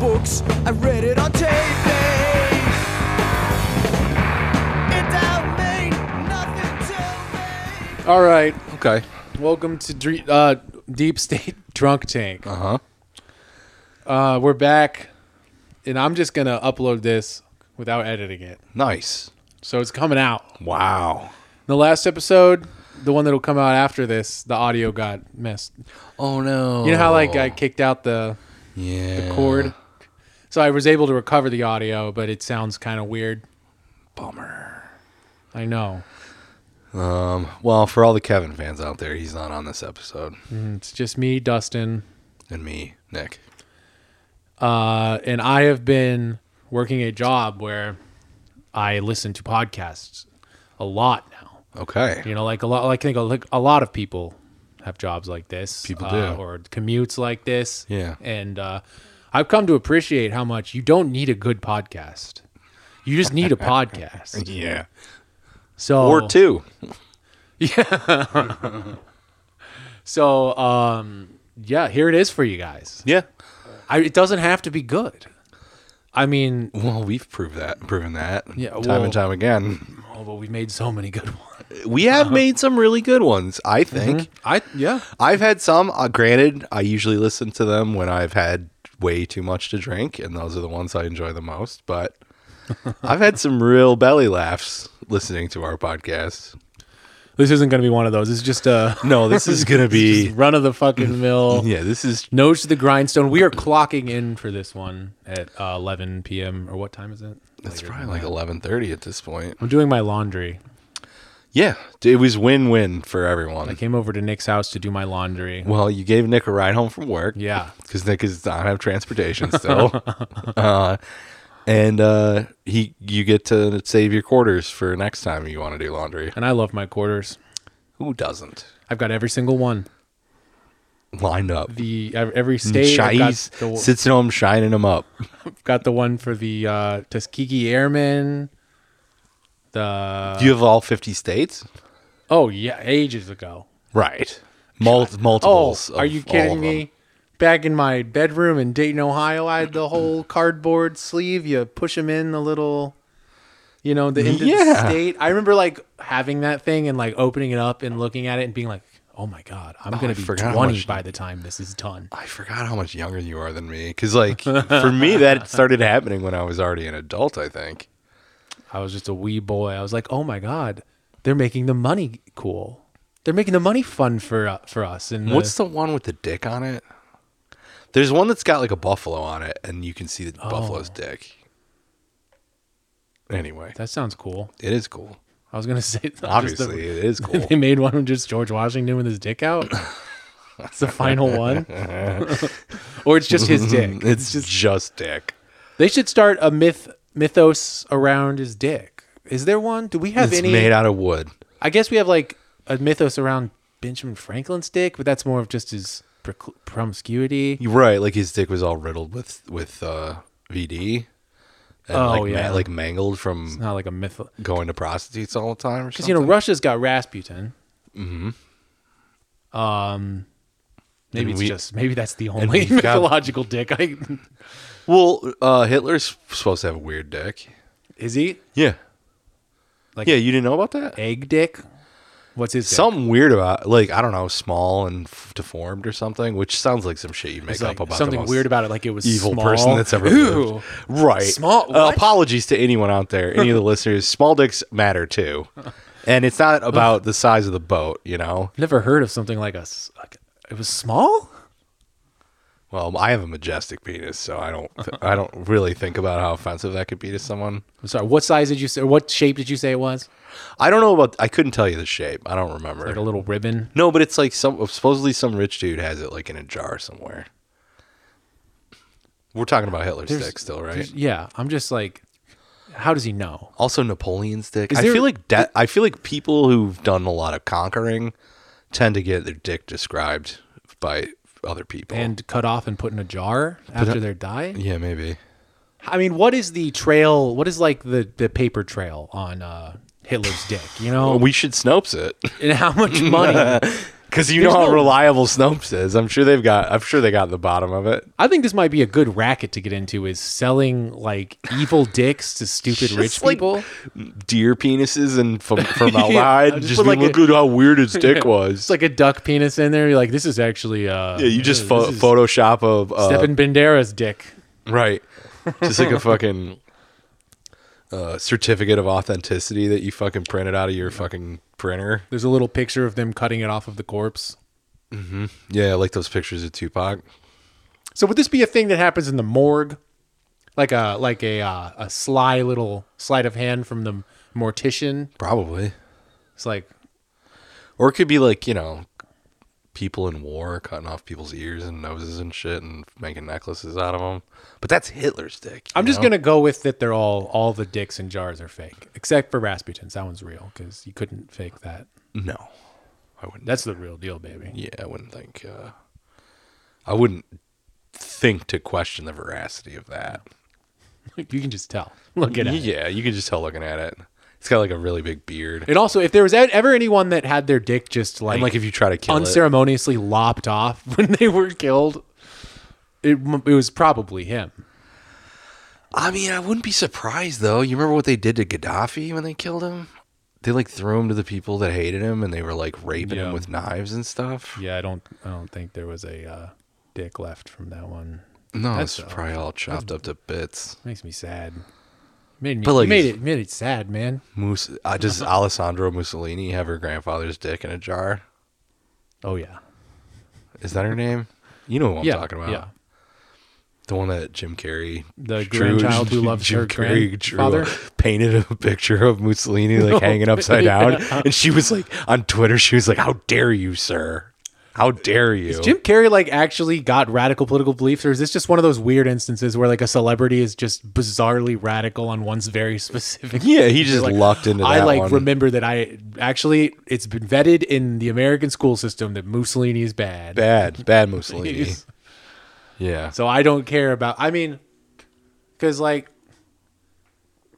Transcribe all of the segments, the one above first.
books, I've read it on TV. It don't mean nothing to me. All right. Okay. Welcome to Dre- uh, Deep State Drunk Tank. Uh huh. Uh, we're back, and I'm just going to upload this without editing it. Nice. So it's coming out. Wow. The last episode, the one that'll come out after this, the audio got messed. Oh no. You know how like I kicked out the Oh. yeah. cord? So I was able to recover the audio, but it sounds kind of weird. Bummer. I know. Um. Well, for all the Kevin fans out there, he's not on this episode. It's just me, Dustin, And me, Nick. uh, and I have been working a job where I listen to podcasts a lot now. Okay. You know, like a lot, like I think a, like a lot of people have jobs like this. People uh, do. or commutes like this. Yeah. and uh, I've come to appreciate how much you don't need a good podcast. You just need a podcast. Yeah. So Or two. So um, yeah, here it is for you guys. Yeah. I, it doesn't have to be good. I mean, Well, we've proved that, proven that, Yeah, time well- and time again. Uh-huh. oh, but we've made so many good ones. We have made some really good ones, I think. I yeah. I've had some. Uh, granted, I usually listen to them when I've had way too much to drink, and those are the ones I enjoy the most. But I've had some real belly laughs listening to our podcast. This isn't going to be one of those. It's just uh, a No, this is gonna be run of the fucking mill. yeah. This is Nose to the grindstone. We are clocking in for this one at uh, 11 p.m. or what time is it? it's probably like eleven thirty at this point. I'm doing my laundry. Yeah, it was win win for I everyone. came over to Nick's house to do my laundry. Well, you gave Nick a ride home from work. Yeah. because Nick does not have transportation still. uh, and uh, he, you get to save your quarters for next time you want to do laundry. And I love my quarters. Who doesn't? I've got every single one. Lined up. The ev- every Mm, state I've got, Shies the, sits on them, shining them up. got the one for the uh, Tuskegee Airmen. The Do you have all 50 states? oh yeah, ages ago. Right. Mul- Oh, multiples. are of you all of kidding them. me? Back in my bedroom in Dayton, Ohio, I had the whole cardboard sleeve. You push them in the little, you know, the end of the Yeah. state. I remember like having that thing and like opening it up and looking at it and being like, "Oh my god, I'm I gonna be forgot how 20 much- by the time this is done." I forgot how much younger you are than me. Because, like, for me, that started happening when I was already an adult, I think. I was just a wee boy. I was like, "Oh my god, they're making the money cool. They're making the money fun for uh, for us." And the- What's the one with the dick on it? There's one that's got like a buffalo on it, and you can see the buffalo's dick. Anyway, that sounds cool. it is cool. I was gonna say just the- Obviously, it is cool. they made one with just George Washington with his dick out. It's the final one, or it's just his dick. It's just, just dick. They should start a myth mythos around his dick. Is there one? Do we have It's any? made out of wood. I guess we have like a mythos around Benjamin Franklin's dick, but that's more of just his proc- promiscuity. You're right. Like his dick was all riddled with with uh, VD. And Oh, like, ma- yeah. like mangled from Not like a myth, going to prostitutes all the time or because something. you know Russia's got Rasputin. Mm-hmm. Um, maybe And it's we- just maybe that's the and only we've got- mythological dick. I well, uh, Hitler's supposed to have a weird dick. is he Yeah. Like- yeah, you didn't know about that? egg dick? What's his dick? Something weird about, like, I don't know, small and f- deformed or something, which sounds like some shit you make It's up like about something the most weird about it. Like it was evil small. person that's ever Ew. lived. Right. Small- Uh, what? apologies to anyone out there, any of the listeners. Small dicks matter too. And it's not about the size of the boat, you know? Never heard of something like a. s- Like, it was small. Well, I have a majestic penis, so I don't I don't really think about how offensive that could be to someone. I'm sorry. What size did you say? What shape did you say it was? I don't know about I couldn't tell you the shape. I don't remember. Like a little ribbon. no, but it's like some supposedly some rich dude has it like in a jar somewhere. We're talking about Hitler's There's- dick still, right? Yeah. I'm just like, how does he know? Also Napoleon's dick. Is I there- feel like de- I feel like people who've done a lot of conquering tend to get their dick described by other people. And cut off and put in a jar after their die. yeah, maybe. I mean, what is the trail? What is like the the paper Oh trail on uh, Hitler's dick? You know, we should Snopes it. and how much money? Because you know There's how no- reliable Snopes is. I'm sure they've got. I'm sure they got the bottom of it. I think this might be a good racket to get into is selling like evil dicks to stupid rich like- people. Deer penises and f- formaldehyde. I just just put be, like look a- at how weird his dick was. It's like a duck penis in there. You're like, this is actually uh yeah, you just this pho- is Photoshop of uh, Stepan Bandera's dick. right, just like a fucking uh, certificate of authenticity that you fucking printed out of your fucking printer. There's a little picture of them cutting it off of the corpse. Yeah, like those pictures of Tupac. So would this be a thing that happens in the morgue? Like a like a uh, a sly little sleight of hand from the mortician. Probably. It's like Or it could be like, you know, people in war cutting off people's ears and noses and shit and making necklaces out of them. But that's Hitler's dick. I'm you just know? gonna go with that. They're all all the dicks in jars are fake, except for Rasputin's. That one's real because you couldn't fake that. No. I wouldn't. That's the real deal, baby. yeah, I wouldn't think. Uh, I wouldn't think to question the veracity of that. You can just tell. Look at it. Yeah, you could just tell looking at it. It's got like a really big beard. And also, if there was e- ever anyone that had their dick just like, and like if you try to kill it. unceremoniously lopped off when they were killed, it m- it was probably him. I mean, I wouldn't be surprised though. You remember what they did to Gaddafi when they killed him? They like threw him to the people that hated him and they were like raping Yeah. him with knives and stuff. Yeah, I don't I don't think there was a uh, dick left from that one. No, That's it's probably all chopped up to bits. Makes me sad. Made me But, like, you made it's- it made it sad, man. Mus- uh, does Alessandro Mussolini have her grandfather's dick in a jar? Oh yeah, Is that her name? You know who I'm yeah, talking about. yeah. The one that Jim Carrey, The grandchild who loves her drew- grandfather? painted a picture of Mussolini like No. hanging upside down, and she was like on Twitter. She was like, "How dare you, sir? How dare you?" Jim Carrey like actually got radical political beliefs, or is this just one of those weird instances where like a celebrity is just bizarrely radical on one's very specific? yeah, he just Like, lucked into that I like one. remember that I actually it's been vetted in the American school system that Mussolini is bad. bad, bad Mussolini. He's- yeah, So I don't care about. I mean, because like,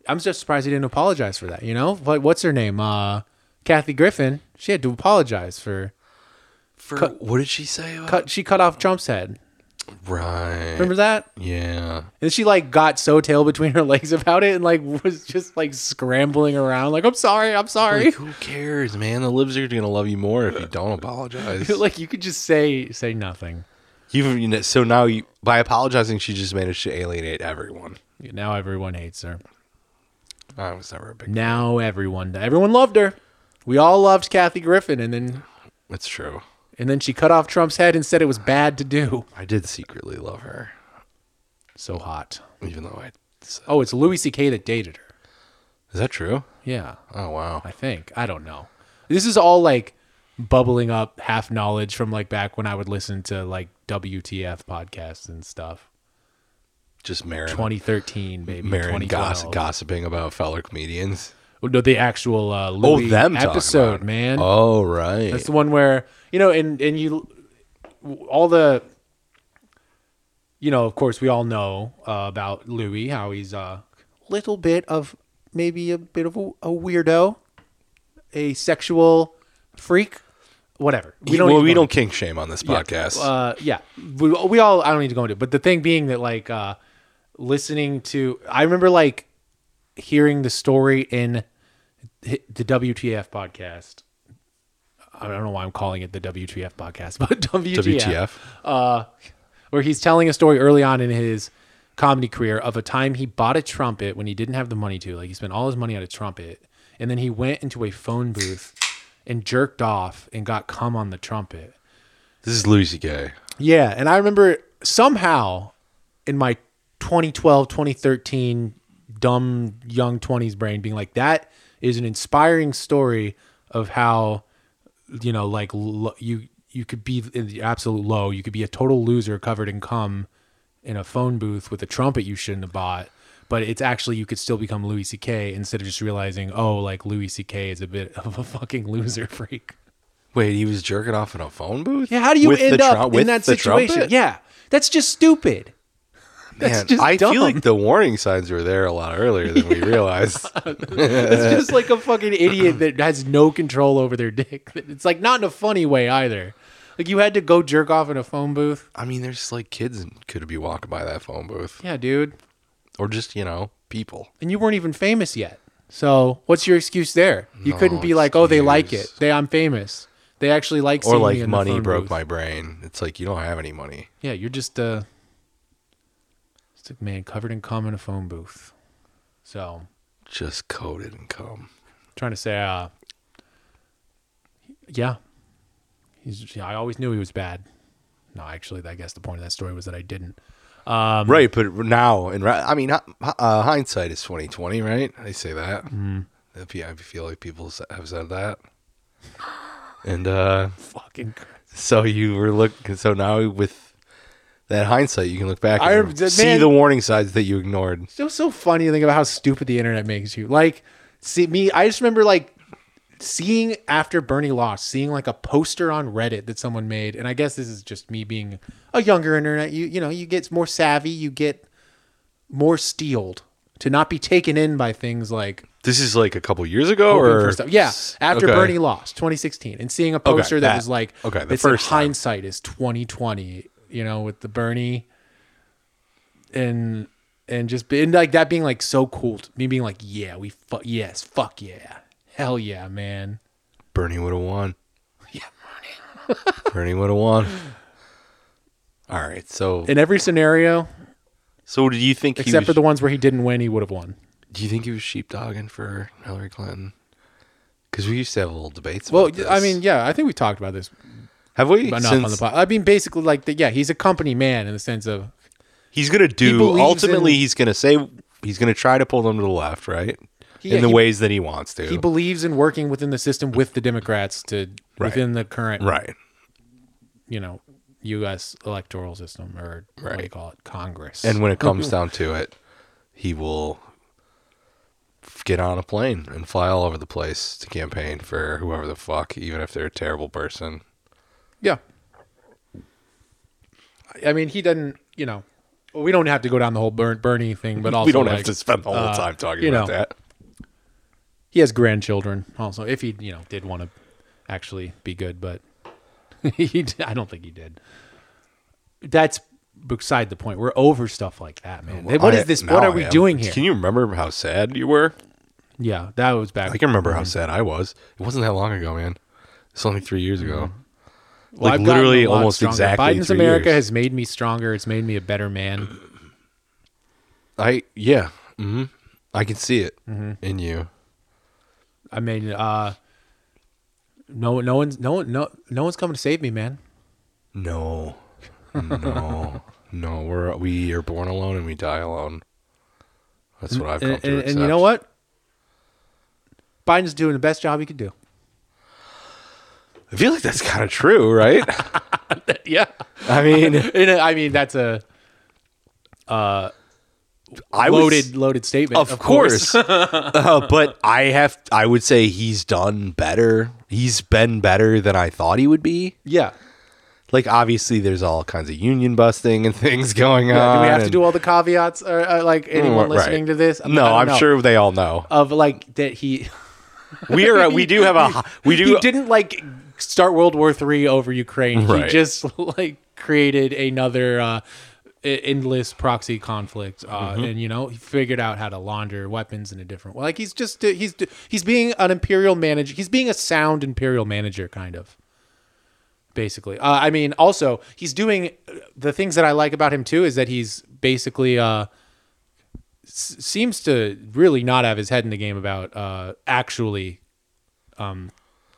I'm just surprised he didn't apologize for that. You know, what what's her name? Uh, Kathy Griffin. She had to apologize for For, what did she say? About? cut. She cut off Trump's head. Right. Remember that? Yeah. And she like got so tail between her legs about it, and like was just like scrambling around, like I'm sorry, I'm sorry. Like, who cares, man? The libs are gonna love you more if you don't apologize. like you could just say say nothing. You've you know, so now you, by apologizing, she just managed to alienate everyone. Now everyone hates her. I was never a big. Now everyone everyone loved her. We all loved Kathy Griffin, and then It's true. and then she cut off Trump's head and said it was bad to do. I did secretly love her, So hot. even though I. Is Oh, it's Louis C.K. that dated her. that true? Yeah, Oh wow. I think. I don't know. This is all like bubbling up half knowledge from like back when I would listen to like WTF podcasts and stuff. Just Marin. 2013, maybe. Marin goss, 2012. gossiping about fellow comedians. No, the actual uh, Oh, Louis them talking about episode, it. man. Oh right. That's the one where you know, and and you, all the, you know, of course, we all know uh, about Louis how he's a little bit of maybe a bit of a, a weirdo, a sexual freak, whatever. we don't. Well, even we know. don't kink shame on this podcast. Uh, yeah, we, we all. I don't need to go into it, but the thing being that like uh, listening to, I remember like hearing the story in hi- the WTF podcast. I don't know why I'm calling it the WTF podcast, but WTF, WTF? where he's telling a story early on in his comedy career of a time he bought a trumpet when he didn't have the money to. Like he spent all his money on a trumpet, and then he went into a phone booth and jerked off and got cum on the trumpet. This is Louis C.K. Yeah, and I remember somehow in my 2012, 2013 dumb young 20s brain being like that is an inspiring story of how you know like lo- you you could be in the absolute low, you could be a total loser covered in cum in a phone booth with a trumpet you shouldn't have bought. But it's actually you could still become Louis C.K. instead of just realizing, oh, like Louis C.K. is a bit of a fucking loser freak. Wait, he was jerking off in a phone booth. Yeah, how do you With the end tru- up in with that the situation? trumpet? Yeah, that's just stupid. That's Man, just I dumb. feel like the warning signs were there a lot earlier than we realized. it's just like a fucking idiot that has no control over their dick. It's like not in a funny way either. Like you had to go jerk off in a phone booth. I mean, there's like kids and could be walking by that phone booth, Yeah, dude. or just you know people. And you weren't even famous yet. So what's your excuse there? You couldn't be like, oh, they like it. excuse. They, I'm famous. They actually like or seeing me like in the money phone broke booth." my brain. It's like you don't have any money. Yeah, you're just uh, just a man covered in cum in a phone booth. So Just coded and come. trying to say, uh, yeah, he's. Yeah, I always knew he was bad. No, actually, I guess the point of that story was that I didn't. Um, right, but now and I mean, hi- uh, hindsight is twenty twenty, right? I say that. Mm-hmm. If you- I feel like people s- have said that, and uh, Fucking. cr- so you were looking. So now with that hindsight, you can look back I- and man- see the warning signs that you ignored. It's just so funny to think about how stupid the internet makes you. Like, see me. I just remember like seeing after Bernie lost, seeing like a poster on Reddit that someone made, and I guess this is just me being a younger internet. You you know you get more savvy, you get more steeled to not be taken in by things like This is like a couple years ago, hoping or for stuff. Yeah, after Okay. Bernie lost 2016, and seeing a poster that, that- was like, okay, the it said, first time. hindsight is 2020. You know, with the Bernie, and and just being like that, being like so cool. To me being like, yeah, we fuck yes, fuck yeah, hell yeah, man. Bernie would have won. Yeah, Bernie. Bernie would have won. All right, so In every scenario so do you think? he except was- for the ones where he didn't win, he would have won. Do you think he was sheepdogging for Hillary Clinton? Because we used to have little debates. Well, about this. I mean, yeah, I think we talked about this have we? enough on the Since pod. I mean, basically, like, the, yeah, he's a company man in the sense of he's going to He do. believes ultimately, in- he's going to say he's going to try to pull them to the left, right? Yeah, in the he- ways that he wants to. he believes in working within the system with the Democrats to Right. within the current right. you know U.S. electoral system or what do you Right. call it Congress. And when it comes down to it, he will f- get on a plane and fly all over the place to campaign for whoever the fuck, even if they're a terrible person. yeah, I mean he doesn't. You know, well, we don't have to go down the whole Bern- Bernie thing, but also we don't have like, to spend the whole uh, time talking you about know, that. He has grandchildren also. If he you know did want to actually be good, but he d- I don't think he did. That's beside the point. We're over stuff like that, man. what I- is this? now What I are we am. doing here? Can you remember how sad you were? yeah, that was back. I can remember Mm-hmm. how sad I was. It wasn't that long ago, man. It's only three years ago. Mm-hmm. Well, like I've gotten literally a lot almost stronger. exactly Biden's three America years. has made me stronger. It's made me a better man. I yeah. hmm I can see it Mm-hmm. in you. I mean, uh, no, no one's no one, no, no one's coming to save me, man. No, no, no. We're we are born alone and we die alone. That's what I've come And, to and- accept. and you know what? Biden's doing the best job he could do. I feel like that's kind of true, right? Yeah, I mean, and, uh, I mean that's a I was- loaded, loaded statement. of, course, Uh, but I have. I would say he's done better. He's been better than I thought he would be. yeah. like obviously there's all kinds of union busting and things going Yeah, on. do we have to and- do all the caveats, or uh, like anyone Mm, Right. listening to this? I No, don't I'm know. sure they all know. of like that he We are. We do have a. We do. he didn't like start World War Three over Ukraine. He Right. just like created another uh, e- endless proxy conflict, uh, Mm-hmm. and you know he figured out how to launder weapons in a different way. Like he's just uh, he's he's being an imperial manager. He's being a sound imperial manager, kind of. Basically, uh, I mean, also he's doing the things that I like about him too is that he's basically. Uh, s- seems to really not have his head in the game about uh, actually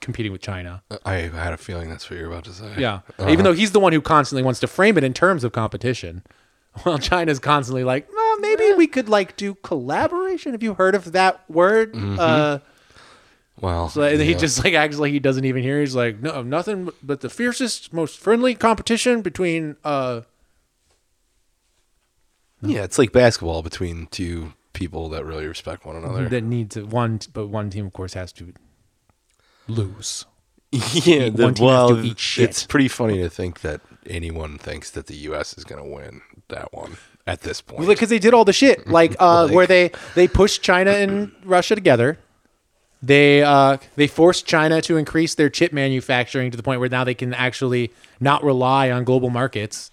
competing with China. I had a feeling that's what you're about to say. Yeah. Even though he's the one who constantly wants to frame it in terms of competition. While China's constantly like, well, maybe we could like do collaboration. Have you heard of that word? Uh, Well, so he yeah. just like acts like he doesn't even hear. He's like, no, nothing but the fiercest, most friendly competition between. Uh, yeah, it's like basketball between two people that really respect one another. that needs one, but one team, of course, has to lose. yeah, one team has to well, eat shit. it's pretty funny to think that anyone thinks that the U.S. is going to win that one at this point. because they did all the shit like uh, Like- where they they pushed China and Russia together. They uh, they forced China to increase their chip manufacturing to the point where now they can actually not rely on global markets,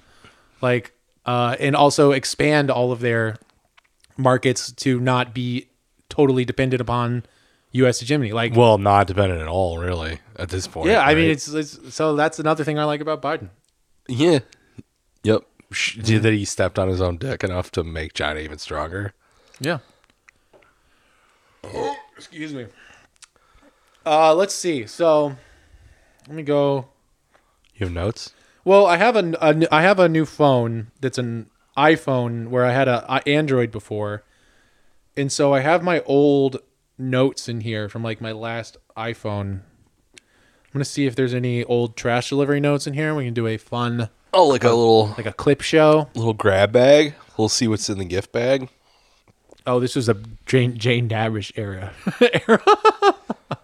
like uh, and also expand all of their markets to not be totally dependent upon U.S. hegemony. Like, well, not dependent at all, really, at this point. yeah, I mean, right? it's, it's so that's another thing I like about Biden. yeah, yep. Sh- Did that he stepped on his own dick enough to make China even stronger? Yeah. Oh, Excuse me. Uh, let's see. So, let me go. You have notes? Well, I have a, n- a n- I have a new phone that's an iPhone where I had a, a Android before, and so I have my old notes in here from like my last iPhone. I'm gonna see if there's any old trash delivery notes in here. We can do a fun Oh, like a little like a clip show. little grab bag. We'll see what's in the gift bag. Oh, this was a Jane Jane Davish era. era.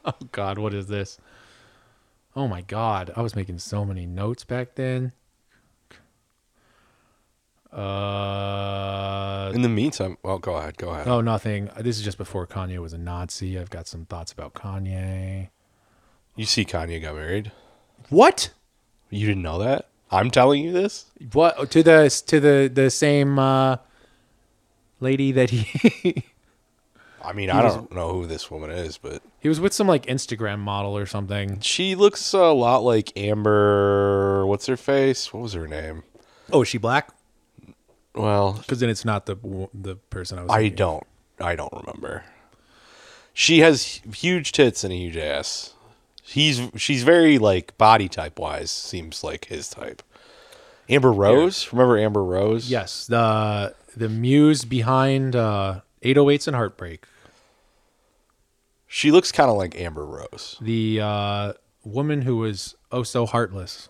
oh God, what is this? Oh my God, I was making so many notes back then. Uh In the meantime, oh, go ahead, go ahead. oh, nothing. This is just before Kanye was a Nazi. I've got some thoughts about Kanye. You see, Kanye got married. What? You didn't know that? I'm telling you this. What to the to the the same uh, lady that he I mean, I don't know who this woman is, but he was with some like Instagram model or something. she looks a lot like Amber. What's her face? What was her name? Oh, is she black? Well, Because then it's not the w- the person I was. I thinking. don't. I don't remember. She has huge tits and a huge ass. He's she's very like body type wise. Seems like his type. Amber Rose. Remember Amber Rose? Yes, the the muse behind uh, 808s and Heartbreak, She looks kind of like Amber Rose. the uh, woman who was oh so heartless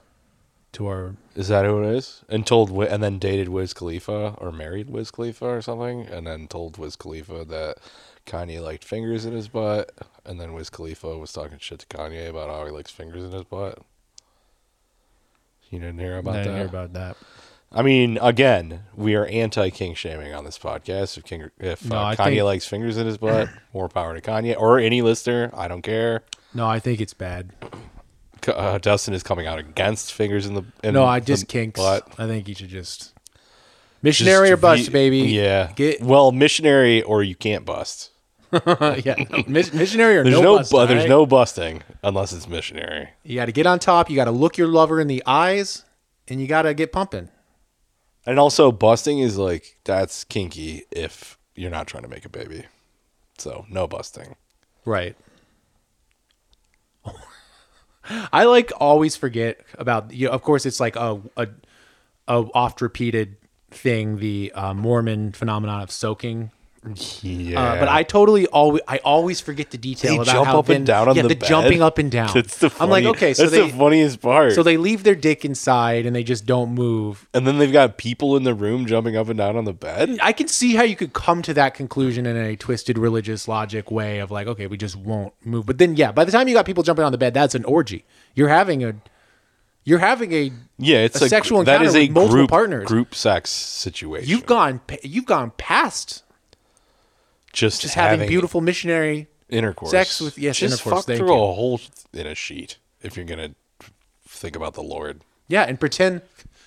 to our Is that who it is? And told Wi- and then dated Wiz Khalifa or married Wiz Khalifa or something, and then told Wiz Khalifa that Kanye liked fingers in his butt, and then Wiz Khalifa was talking shit to Kanye about how he likes fingers in his butt. You didn't hear about I that. didn't hear about that. I mean, again, we are anti king shaming on this podcast. If King, if No, uh, I Kanye think- likes fingers in his butt, more power to Kanye or any listener. I don't care. No, I think it's bad. K- Uh, Dustin is coming out against fingers in the in No, I the just kinks. butt. I think you should just missionary or Just bust, ve- baby. Yeah. get well, missionary or you can't bust. yeah. Mis- missionary or There's no. no, bust, bu- all there's right? no busting unless it's missionary. You got to get on top. You got to look your lover in the eyes, and you got to get pumping. And also busting is like that's kinky if you're not trying to make a baby. So, no busting. Right. I like always forget about you. Know, of course, it's like a a, a oft repeated thing, the uh, Mormon phenomenon of soaking. Yeah. Uh, but I totally always I always forget the detail they about jump how up Vin- and down on yeah, the, the, bed. jumping up and down. That's the funny, I'm like, okay, so that's they the funniest part. so they leave their dick inside and they just don't move. and then they've got people in the room jumping up and down on the bed. I can see how you could come to that conclusion in a twisted religious logic way of like, okay, we just won't move. But then, yeah, by the time you got people jumping on the bed, that's an orgy. You're having a, you're having a, Yeah, it's A a sexual that encounter is a with multiple group, partners. group sex situation. you've gone, pa- you've gone past just, just having, beautiful missionary. intercourse. Sex with- yes, just intercourse, fuck thank through you. a hole in a sheet if you're gonna think about the Lord. Yeah, and pretend,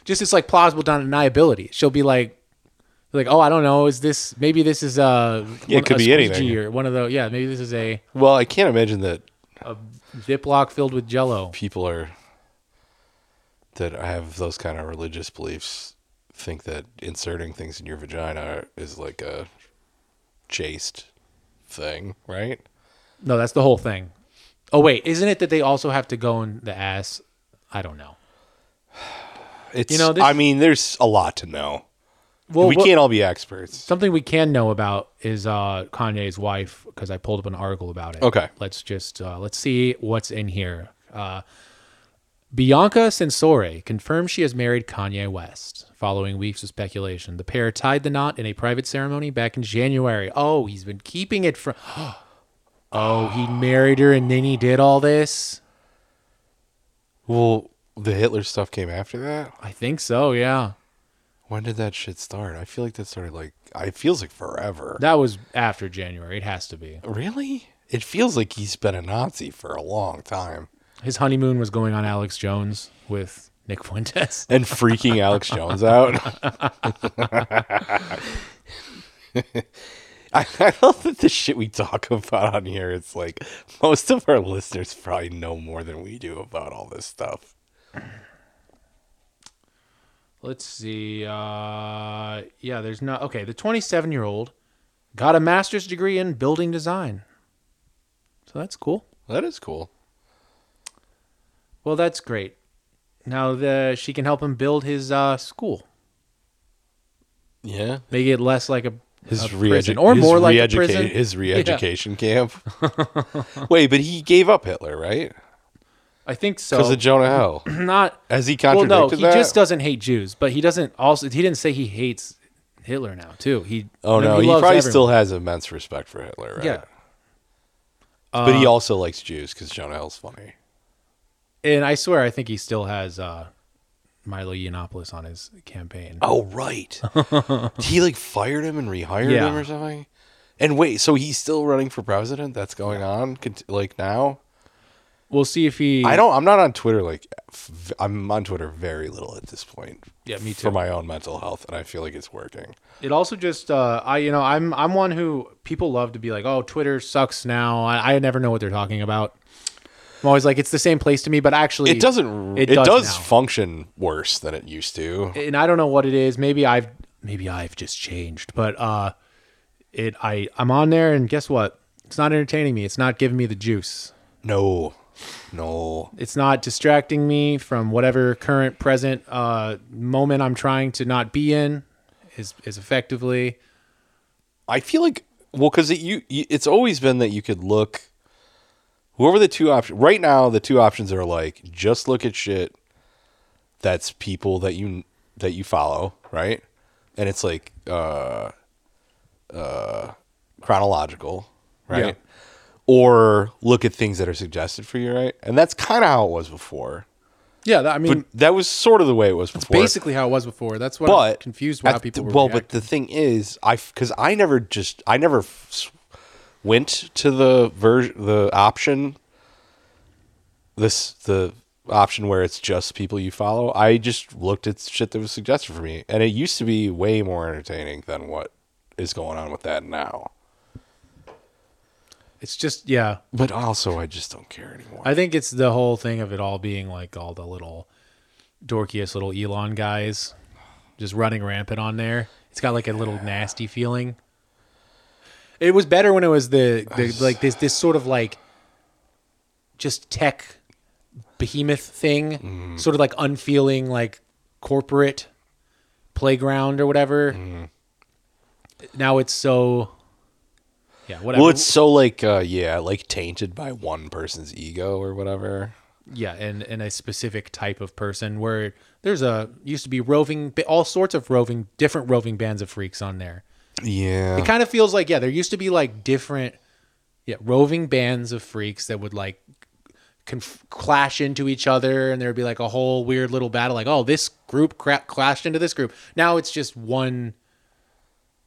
just it's like plausible deniability. She'll be like, like, oh, I don't know, is this maybe this is uh, Yeah, it could a be anything. squeegee or one of the yeah, maybe this is a Well, I can't imagine that Ziploc filled with Jello. people are that have those kind of religious beliefs think that inserting things in your vagina is like a chaste thing, right? No, that's the whole thing. Oh wait, isn't it that they also have to go in the ass? I don't know. It's You know, this- I mean, there's a lot to know. Well, we what- can't all be experts. Something we can know about is uh, Kanye's wife because I pulled up an article about it. Okay. let's just uh, let's see what's in here. Uh, Bianca Sensore confirms she has married Kanye West. Following weeks of speculation, the pair tied the knot in a private ceremony back in January. Oh, he's been keeping it from. Oh, he married her and then he did all this. Well, the Hitler stuff came after that. I think so. Yeah. When did that shit start? I feel like that started like I it feels like forever. That was after January. It has to be. really? It feels like he's been a Nazi for a long time. His honeymoon was going on Alex Jones with Nick Fuentes. And freaking Alex Jones out. I, I love that the shit we talk about on here, it's like most of our listeners probably know more than we do about all this stuff. Let's see. Uh, yeah, there's not. Okay, the 27 year old got a master's degree in building design. So that's cool. That is cool. Well, that's great. Now the she can help him build his uh, school, Yeah. make it less like a His a re prison or more like a prison. His re-education camp. Wait, but he gave up Hitler, right? I think so. Because of Jonah Hill. not Has he well. contradicted No, he that? just doesn't hate Jews, but he doesn't also. He didn't say he hates Hitler now too. He oh no, he loves probably everyone. still has immense respect for Hitler, right? yeah. Uh, but he also likes Jews because Jonah Hill's funny. And I swear, I think he still has uh, Milo Yiannopoulos on his campaign. Oh right, he like fired him and rehired Yeah. him or something. And wait, so he's still running for president? That's going on cont- like now. We'll see if he. I don't. I'm not on Twitter. Like, f- I'm on Twitter very little at this point. Yeah, me For too. my own mental health, and I feel like it's working. It also just uh, I you know I'm I'm one who people love to be like oh Twitter sucks now I, I never know what they're talking about. I'm always like it's the same place to me, but actually It doesn't. It, It does, does now. function worse than it used to. and I don't know what it is. Maybe I've maybe I've just changed, but uh, it I I'm on there, and guess what? It's not entertaining me. It's not giving me the juice. no, no. It's not distracting me from whatever current present uh, moment I'm trying to not be in. Is is effectively I feel like well, because it, you, you, it's always been that you could look. Whoever the two options right now, the two options are like just look at shit. That's people that you that you follow, right? And it's like uh, uh, chronological, right? Yeah. Or look at things that are suggested for you, right? And that's kind of how it was before. yeah. That, I mean, But that was sort of the way it was before basically how it was before. That's what I'm but confused why at the- people were well reacting. but the thing is i because i never just i never f- s- went to the version the option this the option where it's just people you follow i just looked at shit that was suggested for me and it used to be way more entertaining than what is going on with that now it's just yeah. but also i just don't care anymore I think it's the whole thing of it all being like all the little dorkiest little Elon guys just running rampant on there. It's got like a little nasty feeling. It was better when it was the, the like this this sort of like just tech behemoth thing, Mm. sort of like unfeeling like corporate playground or whatever. Mm. Now it's so yeah, whatever. well it's so like uh yeah like tainted by one person's ego or whatever yeah and and a specific type of person where there's a used to be roving ba- all sorts of roving different roving bands of freaks on there yeah it kind of feels like yeah there used to be like different yeah roving bands of freaks that would like conf- clash into each other and there'd be like a whole weird little battle like oh this group cra- clashed into this group now it's just one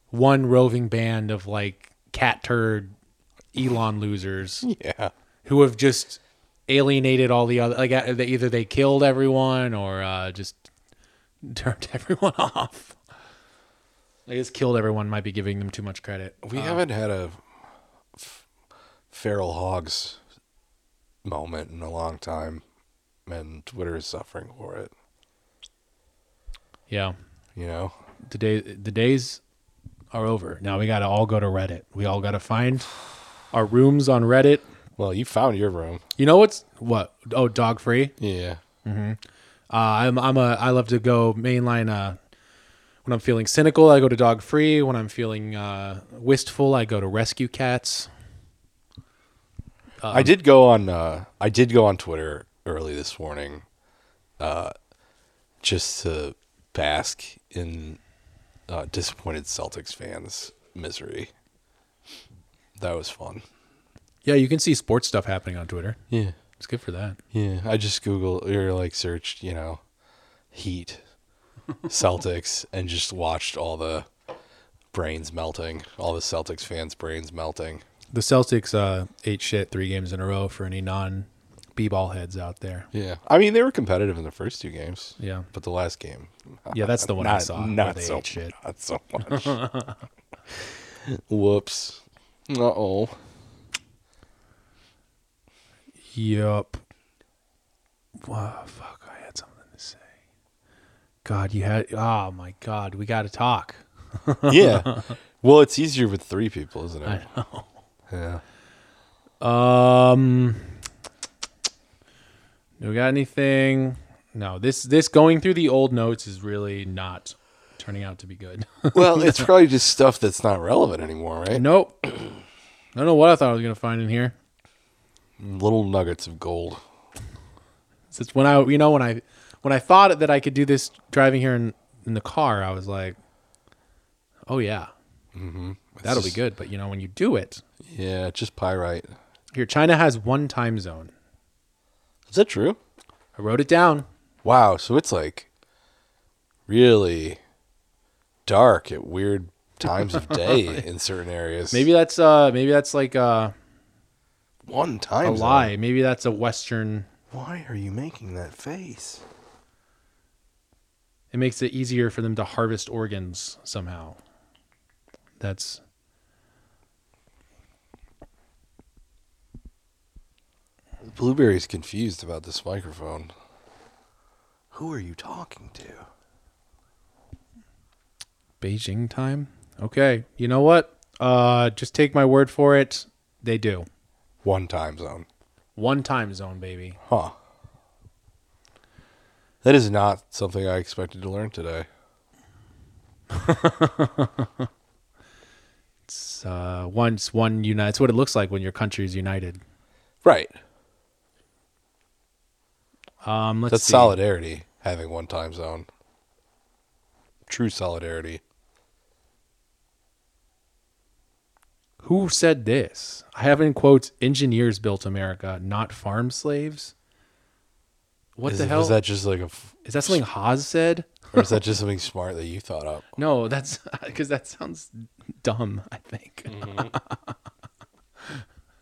one roving band of like cat turd elon losers yeah who have just alienated all the other like uh, they, either they killed everyone or uh, just turned everyone off. I guess killed everyone might be giving them too much credit. We haven't had a f- feral hogs moment in a long time, and Twitter is suffering for it. Yeah, You know, the day the days are over. Now we got to all go to Reddit. We all got to find our rooms on Reddit. well, you found your room. You know what's what? Oh, dog free. Yeah, Uh, I'm I'm a I love to go mainline. Uh, when I'm feeling cynical, I go to dog free. When I'm feeling uh, wistful, I go to rescue cats. I did go on. Uh, I did go on Twitter early this morning, uh, just to bask in uh, disappointed Celtics fans' misery. That was fun. Yeah, you can see sports stuff happening on Twitter. Yeah. It's good for that. Yeah, I just Google or like searched, you know, heat, Celtics and just watched all the brains melting, all the Celtics fans' brains melting. The Celtics uh, ate shit three games in a row for any non b ball heads out there. Yeah, I mean they were competitive in the first two games. Yeah. but the last game, Yeah, that's the one I not, saw. where not they so ate shit. not so much. Whoops. Uh oh. Yup. Wow, fuck, I had something to say. God, you had. Oh my God, we got to talk. Yeah. well, it's easier with three people, isn't it? I know. Yeah. Um, do we got anything? No, this this going through the old notes is really not turning out to be good. Well, it's probably just stuff that's not relevant anymore, right? nope. I don't know what I thought I was gonna find in here. Little nuggets of gold. Since when I, you know, when I when I thought that I could do this driving here in in the car, I was like, oh yeah, Mm-hmm. It's that'll be just- good. But you know, when you do it, Yeah, just pyrite. Here, China has one time zone. Is that true? I wrote it down. Wow, so it's like really dark at weird times of day in certain areas. Maybe that's uh maybe that's like uh, one a time zone. lie. Maybe that's a western Why are you making that face? it makes it easier for them to harvest organs somehow. That's Blueberry's confused about this microphone. Who are you talking to? Beijing time. Okay. You know what? Uh just take my word for it. They do. One time zone. One time zone, baby. Huh. That is not something I expected to learn today. It's uh once one unite it's what it looks like when your country is united. Right. Um let's That's see. solidarity, having one time zone. True solidarity. Who said this? I have in quotes engineers built America, not farm slaves. What Is- the hell? Was that just like a f- Is that something Haas said? or is that just something smart that you thought up? No, that's because that sounds dumb, I think.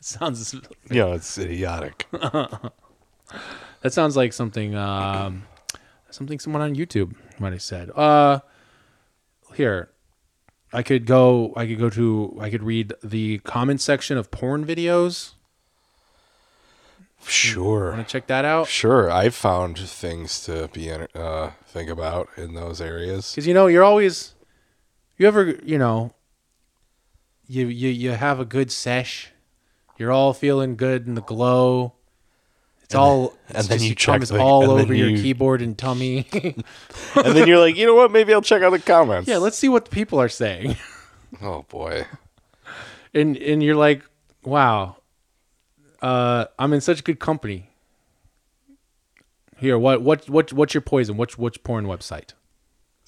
sounds You know, it's idiotic. that sounds like something um, something someone on YouTube might have said. Uh here. I could go I could go to I could read the comment section of porn videos. Sure. Want to check that out? Sure. I've found things to be enter- uh, think about in those areas. because you know you're always you ever you know you you you have a good sesh you're all feeling good in the glow it's all it's and then just you you check comes the- all and then over your you- keyboard and tummy and then you're like, you know what? Maybe I'll check out the comments. yeah let's see what the people are saying Oh boy. and and you're like wow uh i'm in such good company here what what what what's your poison what's which porn website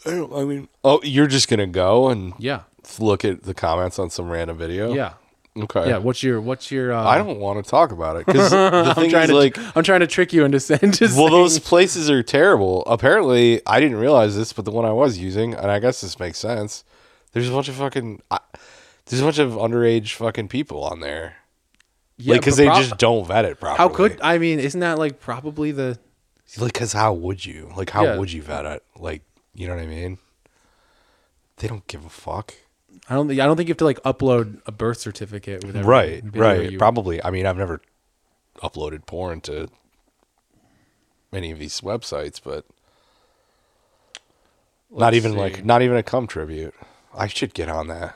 I, don't, I mean, oh, you're just gonna go and yeah look at the comments on some random video. yeah Oh. Okay. yeah what's your what's your uh, I don't want to talk about it because the thing trying is, to like, I'm trying to trick you into saying just well, saying- those places are terrible. Apparently, I didn't realize this, but the one I was using, and I guess this makes sense. There's a bunch of fucking, I, there's a bunch of underage fucking people on there, yeah, like because but they prob- just don't vet it properly. how could I mean isn't that like probably the like because how would you like how Yeah. would you vet it? Like you know what I mean? They don't give a fuck. I don't think I don't think you have to like upload a birth certificate with every Right, video right. you- Probably. I mean, I've never uploaded porn to any of these websites, but not Let's even see. like not even a cum tribute. I should get on that.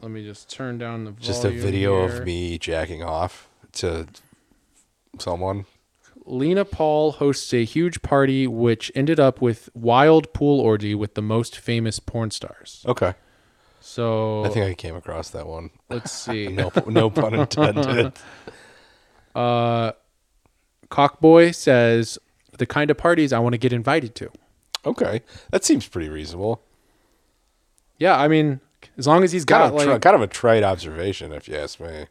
Let me just turn down the volume Just a video here. of me jacking off to someone. Lena Paul hosts a huge party which ended up with wild pool orgy with the most famous porn stars. Okay. So I think I came across that one. let's see. No, no pun intended. Cockboy says the kind of parties I want to get invited to. Okay, that seems pretty reasonable. Yeah, I mean as long as he's Kind got of, tri- like kind of a trite observation, if you ask me.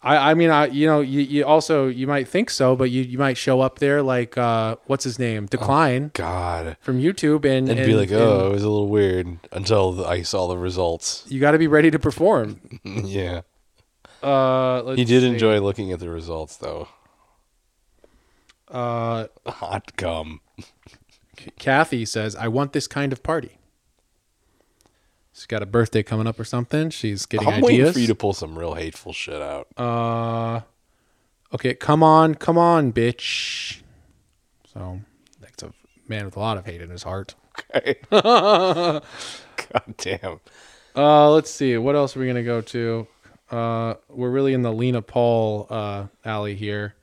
I, I mean, I you know, you, you also you might think so, but you, you might show up there like uh, what's his name, Decline God. from YouTube, and Oh. And, be like, oh, it was a little weird until the, I saw the results. and you got to be ready to perform. yeah. Uh, let's He did see. enjoy looking at the results, though. Uh, Hot gum. Kathy says, "I want this kind of party." She's got a birthday coming up or something. She's getting I'm waiting ideas. for you to pull some real hateful shit out. Uh, okay, come on, come on, bitch. So that's a man with a lot of hate in his heart. Okay. God damn. Uh, let's see. What else are we gonna go to? Uh, we're really in the Lena Paul uh, alley here.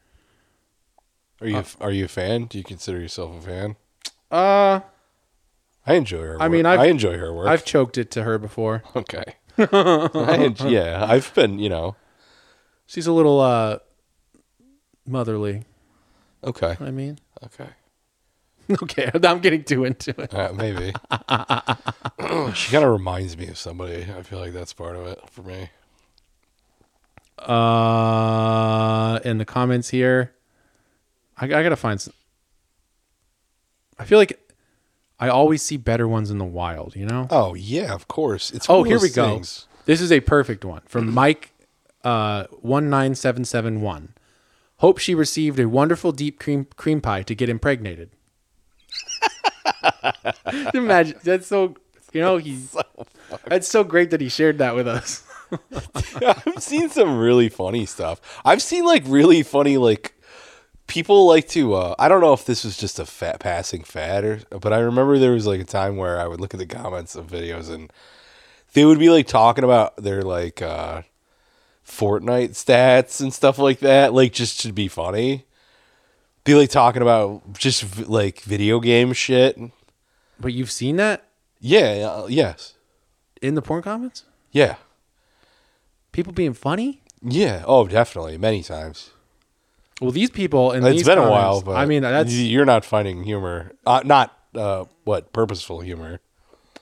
Are you are you a fan? Do you consider yourself a fan? Uh, I enjoy her. I work. mean, I've- I enjoy her work. I've choked it to her before. okay. I en- yeah, I've been, you know, She's a little uh motherly. okay, I mean, okay, okay, I'm getting too into it. uh, maybe. she kind of reminds me of somebody. I feel like that's part of it for me. Uh, in the comments here, I, I gotta find. Some, I feel like I always see better ones in the wild. You know. Oh yeah, of course. It's Oh, one of here we those go. things. This is a perfect one from Mike uh, 19771. Hope she received a wonderful deep cream cream pie to get impregnated. Imagine that's so you know he's that's so great that he shared that with us. I've seen some really funny stuff. I've seen like really funny like people like to uh I don't know if this was just a fat passing fad or but I remember there was like a time where I would look at the comments of videos and they would be like talking about their like uh Fortnite stats and stuff like that like just to be funny. Be like talking about just v- like video game shit. But you've seen that Yeah, uh, yes. in the porn comments? Yeah. People being funny? Yeah. Oh, definitely. Many times. Well, these people and It's these been a comments, while, but I mean that's y- you're not finding humor, uh, not uh, what purposeful humor.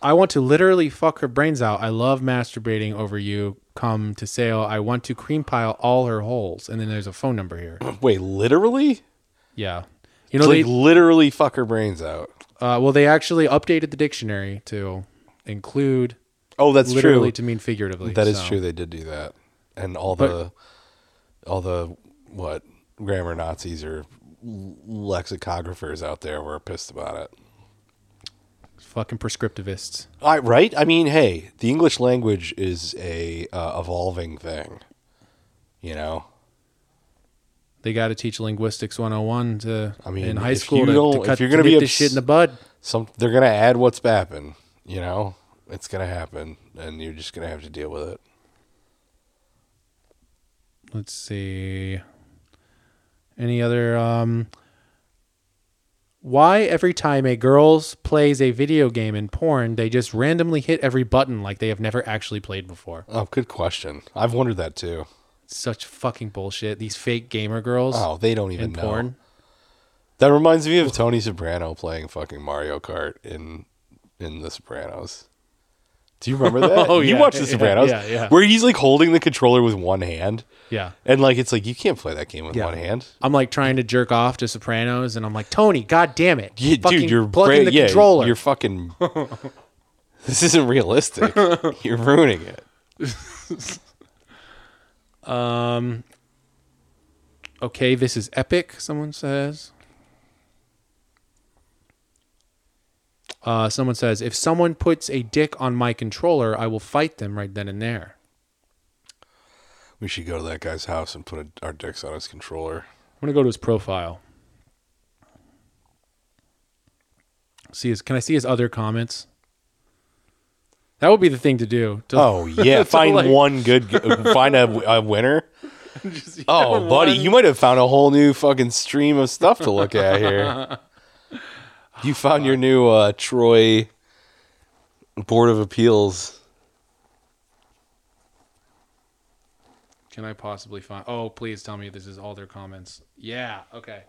I want to literally fuck her brains out. I love masturbating over you. Come to sale. I want to cream pile all her holes. And then there's a phone number here. Wait, literally? Yeah. You know, like they, literally fuck her brains out. uh, well, they actually updated the dictionary to include Oh, that's literally true. to mean figuratively. that is so- true. They did do that, and all But- the all the what grammar Nazis or l- lexicographers out there were pissed about it. Fucking prescriptivists. I, right? I mean, hey, the English language is a uh, evolving thing. You know, They got to teach linguistics 101 to, I I mean, mean, in high if school you to, don't- to if cut you're to gonna be nip this obs- shit in the bud. some they're gonna add what's bapping, you know? It's gonna happen and you're just gonna have to deal with it. Let's see. Any other um why every time a girl's plays a video game in porn, they just randomly hit every button like they have never actually played before. Oh, good question. I've wondered that too. Such fucking bullshit. These fake gamer girls Oh, they don't even in know. porn. That reminds me of Tony Soprano playing fucking Mario Kart in in The Sopranos. Do you remember that? Oh, you yeah, watched The yeah, Sopranos, yeah, yeah. where he's like holding the controller with one hand, Yeah. and like it's like you can't play that game with Yeah. one hand. I'm like trying to jerk off to Sopranos and I'm like, "Tony, god damn it. Yeah, fucking dude, you're plugging the bra- yeah, controller." You're fucking. this isn't realistic. you're ruining it. okay, this is epic, someone says. Uh, someone says, if someone puts a dick on my controller, I will fight them right then and there. We should go to that guy's house and put a, our dicks on his controller. I'm gonna go to his profile. See his? Can I see his other comments? That would be the thing to do. To Oh yeah, find like- one good, uh, find a, a winner. just- Oh, buddy, you might have found a whole new fucking stream of stuff to look at here. You found your new uh, Troy Board of Appeals. Can I possibly find? Oh, please tell me this is all their comments. Yeah. Okay.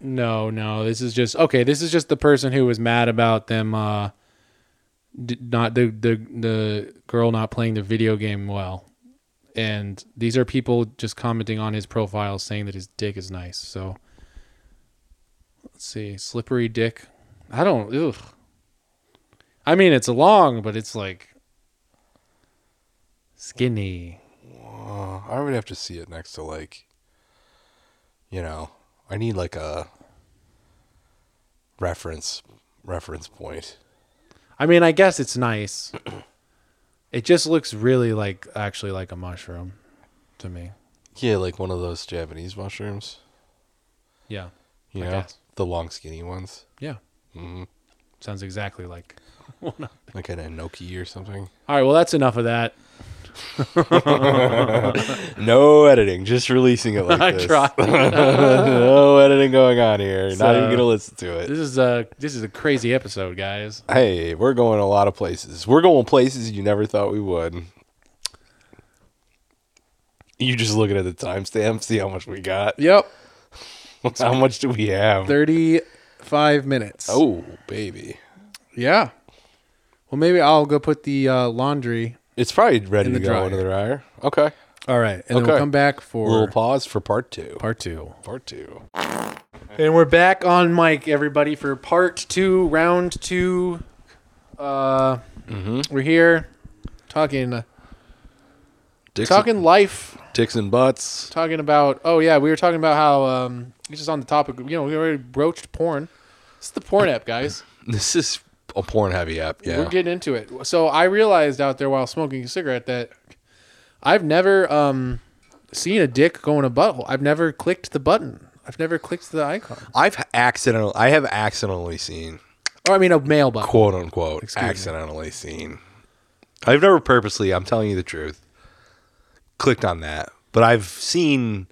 No, no. This is just okay. This is just the person who was mad about them uh, d- not the the the girl not playing the video game well, and these are people just commenting on his profile saying that his dick is nice. So let's see, slippery dick. I don't. Ugh. I mean, it's long, but it's like skinny. Uh, I would have to see it next to like, you know, I need like a reference reference point. I mean, I guess it's nice. It just looks really like actually like a mushroom to me. Yeah, like one of those Japanese mushrooms. Yeah. You I know, guess. the long skinny ones, Yeah. Mm-hmm. Sounds exactly like. like an enoki or something. All right. Well, that's enough of that. No editing, just releasing it like I this. tried. no editing going on here. Not even So- gonna listen to it. This is a this is a crazy episode, guys. Hey, we're going a lot of places. We're going places you never thought we would. You just looking at the timestamp, see how much we got. Yep. How much do we have? Thirty five minutes. Oh, baby. yeah. Well, maybe I'll go put the uh, laundry. It's probably ready In to the go dryer. under the dryer. Okay. All right, and then Okay. we'll come back for Little pause for part two. part two. Part two. And we're back on mic, everybody, for part two, round two. Uh, We're here talking Dicks, talking life, dicks and butts. talking about. Oh yeah, we were talking about how um, it's just on the topic. of- You know, we already broached porn. This is the porn app, guys. This is a porn heavy app. Yeah. We're getting into it. So I realized out there while smoking a cigarette that I've never um, seen a dick go in a butthole. I've never clicked the button. I've never clicked the icon. I've accidental. I have accidentally seen Or I mean, a male button. quote unquote me. accidentally seen. I've never purposely, I'm telling you the truth, clicked on that, but I've seen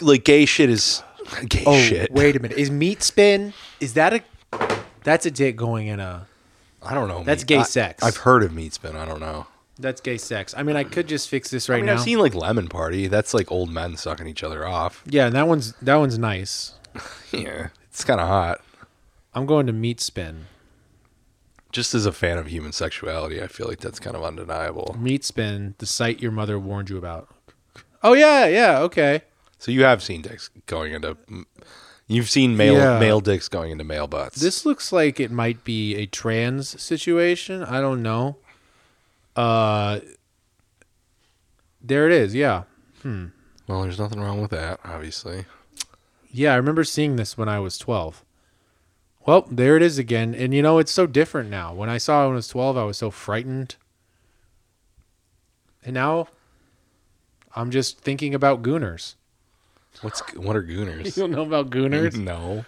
like gay shit is gay Oh, shit. wait a minute. Is meat spin? Is that a? That's a dick going in a. I don't know. That's meat- gay I- sex. I've heard of meat spin. I don't know. That's gay sex. I mean, I could just fix this right I mean, now. I've seen like lemon party. That's like old men sucking each other off. yeah, and that one's that one's nice. Yeah, it's kind of hot. I'm going to meat spin. Just as a fan of human sexuality, I feel like that's kind of undeniable. Meat spin, the site your mother warned you about. Oh yeah, yeah, okay. So you have seen dicks going into, you've seen male Yeah. male dicks going into male butts. This looks like it might be a trans situation. I don't know. Uh There it is. Yeah. Well, there's nothing wrong with that, obviously. Yeah, I remember seeing this when I was 12. Well, there it is again. And you know, it's so different now. When I saw it when I was 12, I was so frightened. And now I'm just thinking about gooners. What's what are You gooners? don't know about gooners? no.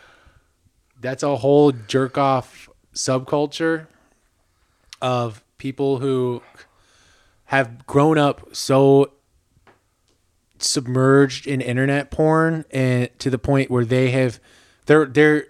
That's a whole jerk off subculture of people who have grown up so submerged in internet porn and to the point where they have they're they're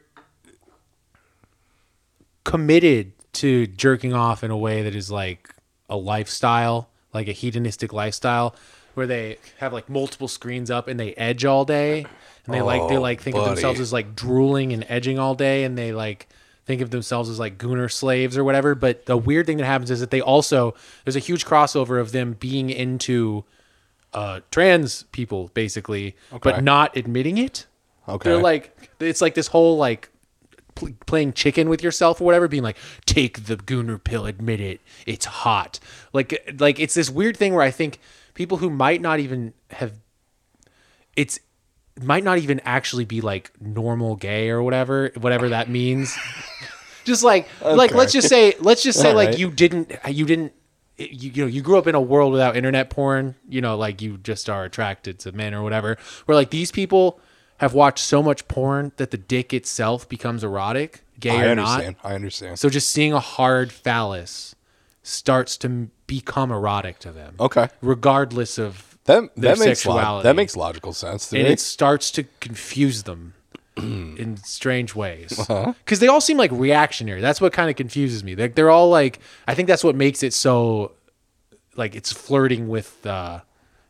committed to jerking off in a way that is like a lifestyle, like a hedonistic lifestyle, where they have like multiple screens up and they edge all day, and they like they Oh, like think of buddy. themselves as like drooling and edging all day, and they like think of themselves as like gooner slaves or whatever. But the weird thing that happens is that they also there's a huge crossover of them being into uh, trans people basically, Okay. but not admitting it. Okay. They're like, it's like this whole like pl- playing chicken with yourself or whatever, being like, take the gooner pill, admit it, it's hot. Like, like it's this weird thing where I think people who might not even have, it's might not even actually be like normal gay or whatever, whatever that means. just like, like Okay. let's just say, let's just say All like right. you didn't, you didn't. You, you know you grew up in a world without internet porn you know like you just are attracted to men or whatever where like these people have watched so much porn that the dick itself becomes erotic gay I or understand. not I understand. so just seeing a hard phallus starts to m- become erotic to them okay. regardless of That their that makes lo- sexuality that makes logical sense to and me. it starts to confuse them in strange ways because Uh-huh. they all seem like reactionary that's what kind of confuses me like they're all like i think that's what makes it so like it's flirting with uh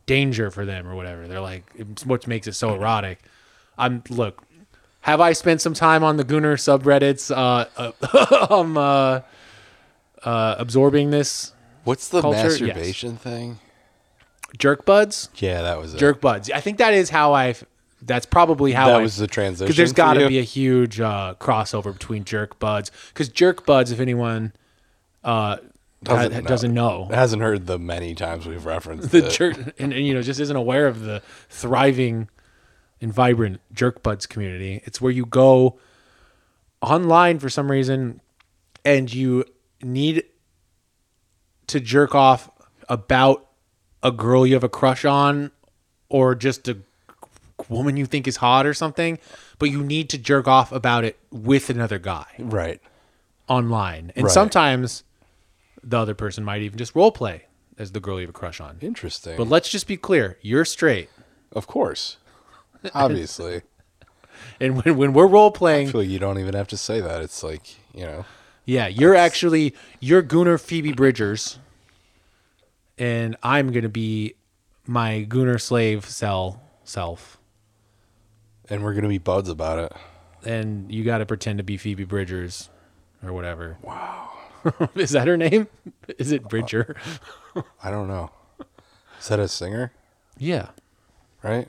danger for them or whatever they're like it's what makes it so erotic i'm look have i spent some time on the gooner subreddits uh, uh um uh uh, absorbing this What's the Culture, yes. masturbation thing? jerk buds. Yeah, that was it. Jerk buds. I think that is how I. That's probably how That I- was the transition. because there's for got to you? be a huge uh, crossover between jerk buds because jerk buds if anyone uh, doesn't, ha- Doesn't know. doesn't know hasn't heard the many times we've referenced the it. jerk and, and you know just isn't aware of the thriving and vibrant jerk buds community it's where you go online for some reason and you need to jerk off about a girl you have a crush on or just a woman you think is hot or something but you need to jerk off about it with another guy Right. online and Right. sometimes the other person might even just role play as the girl you have a crush on Interesting. but let's just be clear, you're straight. of course. Obviously. And when, when we're role I playing, feel you don't even have to say that. It's like, you know. yeah, you're actually you're Gunnar Phoebe Bridgers. And I'm gonna be my Gunnar slave cell self. And we're gonna be buds about it. And you gotta pretend to be Phoebe Bridgers or whatever. Wow. Is that her name? Is it Bridger? I don't know. Is that a singer? Yeah. Right?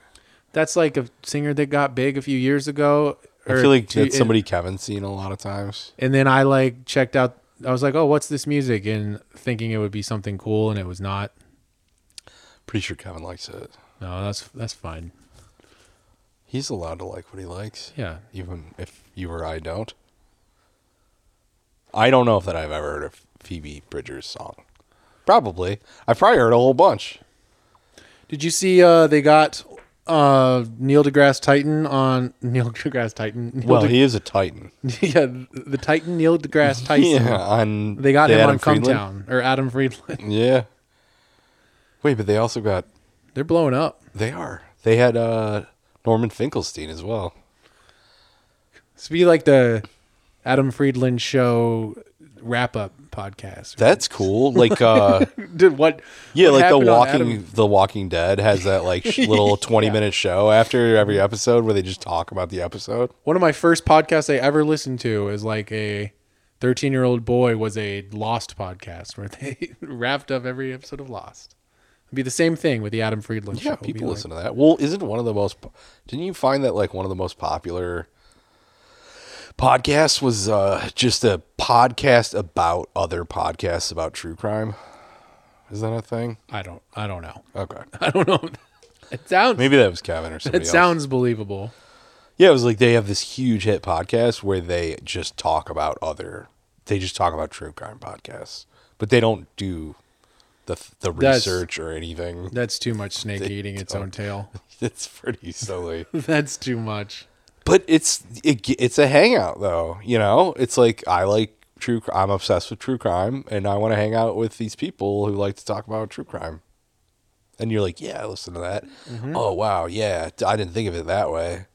That's like a singer that got big a few years ago. I feel like two- that's somebody Kevin's seen a lot of times. And then I like checked out. I was like, "Oh, what's this music?" And thinking it would be something cool, and it was not. Pretty sure Kevin likes it. No, that's that's fine. He's allowed to like what he likes. Yeah, Even if you or I don't. I don't know if that I've ever heard of Phoebe Bridgers song. Probably. I've probably heard a whole bunch. Did you see uh, they got uh, Neil deGrasse Titan on Neil deGrasse Titan? Neil Well, de- he is a Titan. yeah, the Titan Neil deGrasse Tyson. Yeah, on They got the him Adam on Come Friedland? Town or Adam Friedland. Yeah. Wait, but they also got They're blowing up. they are. They had uh Norman Finkelstein as well. This would be like the Adam Friedland show wrap up podcast. That's cool. Like uh Dude, what? yeah, what like the happened on Walking Adam- the Walking Dead has that like sh- little 20 minute show after every episode where they just talk about the episode. one of my first podcasts I ever listened to is like a 13 year old boy was a Lost podcast where they wrapped up every episode of Lost. It'd be the same thing with the Adam Friedland show. Yeah, It'd be people like- listen to that. Well, isn't one of the most po- Didn't you find that like one of the most popular podcasts was uh just a podcast about other podcasts about true crime? Is that a thing? I don't. I don't know. Okay. I don't know. It sounds. Maybe that was Kevin or somebody it else. sounds believable. yeah, it was like they have this huge hit podcast where they just talk about other. They just talk about true crime podcasts, but they don't do the the That's- research or anything. That's too much snake eating its own tail. It's pretty silly. That's too much. but it's it, ge- it's a hangout though. You know, it's like I like true. cr- I'm obsessed with true crime, and I want to hang out with these people who like to talk about true crime. And you're like, yeah, I listen to that. Oh wow, yeah, I didn't think of it that way.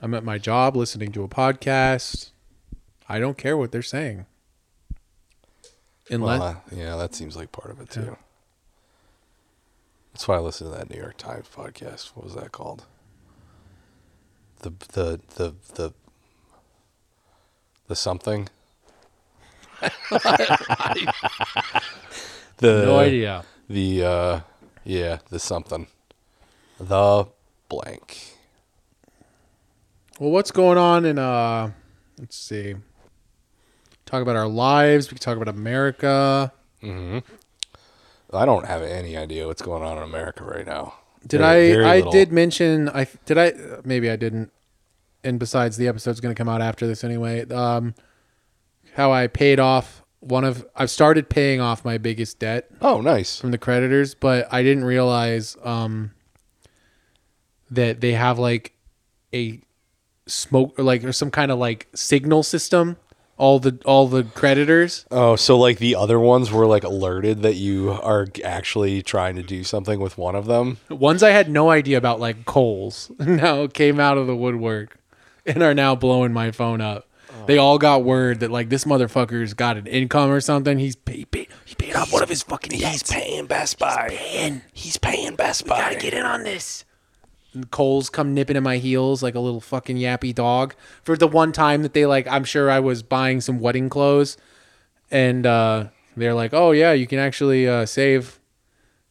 I'm at my job listening to a podcast. I don't care what they're saying. Unless Well, uh, yeah, that seems like part of it too. That's why I listened to that New York Times podcast. What was that called? The the the the the something. the no idea. The uh, yeah, the something. The blank. Well, what's going on in uh let's see. Talk about our lives, we can talk about America. I don't have any idea what's going on in America right now. Did Very- very I I little. did mention I did I maybe I didn't. And besides the episode's going to come out after this anyway. Um how I paid off one of I've started paying off my biggest debt Oh, nice. from the creditors, but I didn't realize um that they have like a smoke or like or some kind of like signal system all the all the creditors Oh, so like the other ones were like alerted that you are actually trying to do something with one of them. Ones I had no idea about, like Coles, now came out of the woodwork and are now blowing my phone up. Oh. They all got word that like this motherfucker's got an income or something. He's he paid, he paid off one of his fucking debts. He's paying Best Buy. He's paying, Best Buy. gotta get in on this. And Coles come nipping at my heels like a little fucking yappy dog. For the one time that they like, I'm sure I was buying some wedding clothes and uh, they're like, "Oh yeah, you can actually uh, save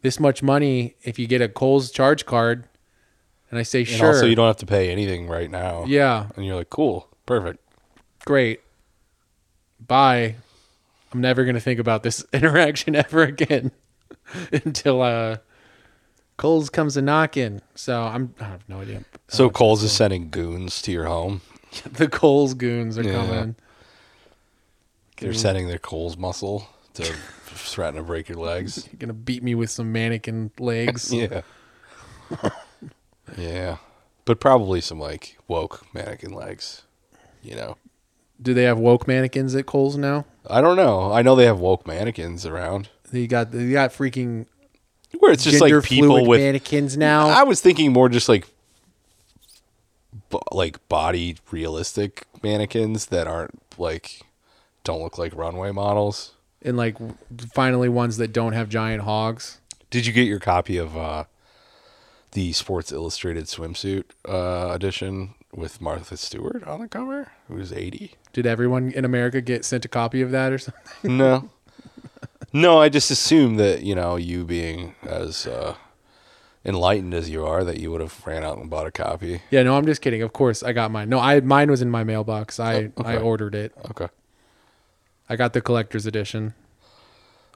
this much money if you get a Kohl's charge card." And I say, And "Sure." also, you don't have to pay anything right now. yeah, Oh, And you're like, cool, perfect. great. Bye. I'm never gonna think about this interaction ever again until uh, Kohl's comes a knocking. So I'm I have no idea. So Coles is sending goons to your home. the Kohl's goons are Yeah. coming. They're sending their Coles muscle to threaten to break your legs. You're gonna beat me with some mannequin legs. Yeah. yeah. But probably some like woke mannequin legs. You know. Do they have woke mannequins at Kohl's now? I don't know. I know they have woke mannequins around. They got they got freaking Where it's just gender like people fluid with mannequins now. I was thinking more just like bo- like body realistic mannequins that aren't like don't look like runway models. and like w- finally ones that don't have giant hogs. Did you get your copy of uh, the Sports Illustrated swimsuit uh, edition with Martha Stewart on the cover, who's eighty? Did everyone in America get sent a copy of that or something? No, no. I just assumed that you know you being as uh, enlightened as you are, that you would have ran out and bought a copy. Yeah, no, I'm just kidding. Of course, I got mine. No, I mine was in my mailbox. I Oh, okay. I ordered it. Okay. I got the collector's edition.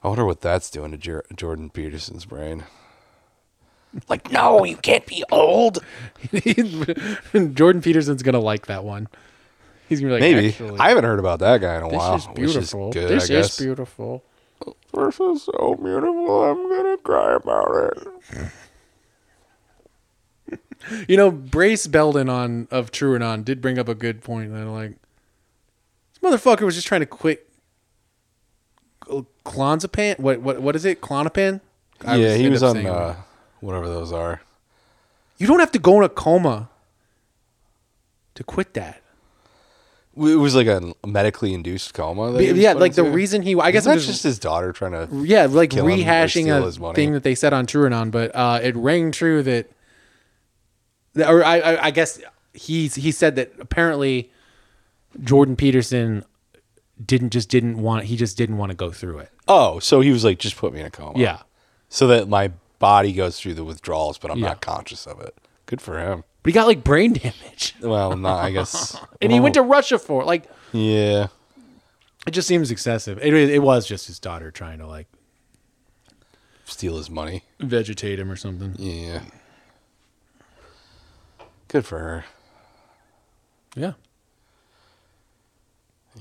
I wonder what that's doing to Jer- Jordan Peterson's brain. Like, no, you can't be old. Jordan Peterson's gonna like that one. He's gonna be like, Maybe Actually, I haven't heard about that guy in a this while. is beautiful. Which is good, this I is guess. beautiful. This is so beautiful. I'm gonna cry about it. You know, Brace Belden on of True and On did bring up a good point. That like, this motherfucker was just trying to quit cl- clonazepam. What what what is it? Clonazepam. I yeah, always he end was up on saying- uh, whatever those are. You don't have to go in a coma to quit that. It was like a medically induced coma. that But he was yeah, put like the into? reason he. I guess I'm that's just, just his daughter trying to. yeah, like kill him or rehashing steal his a money. thing that they said on True and On, but uh, it rang true that, that- or I, I, I guess he's he said that apparently Jordan Peterson didn't just didn't want he just didn't want to go through it. Oh, so he was like, just put me in a coma. Yeah, so that my body goes through the withdrawals, but I'm Yeah. not conscious of it. Good for him. but he got like brain damage, Well, not I guess. and he went Oh. to Russia for it. like yeah. it just seems excessive. It it was just his daughter trying to like steal his money. vegetate him or something. Yeah. Good for her. Yeah.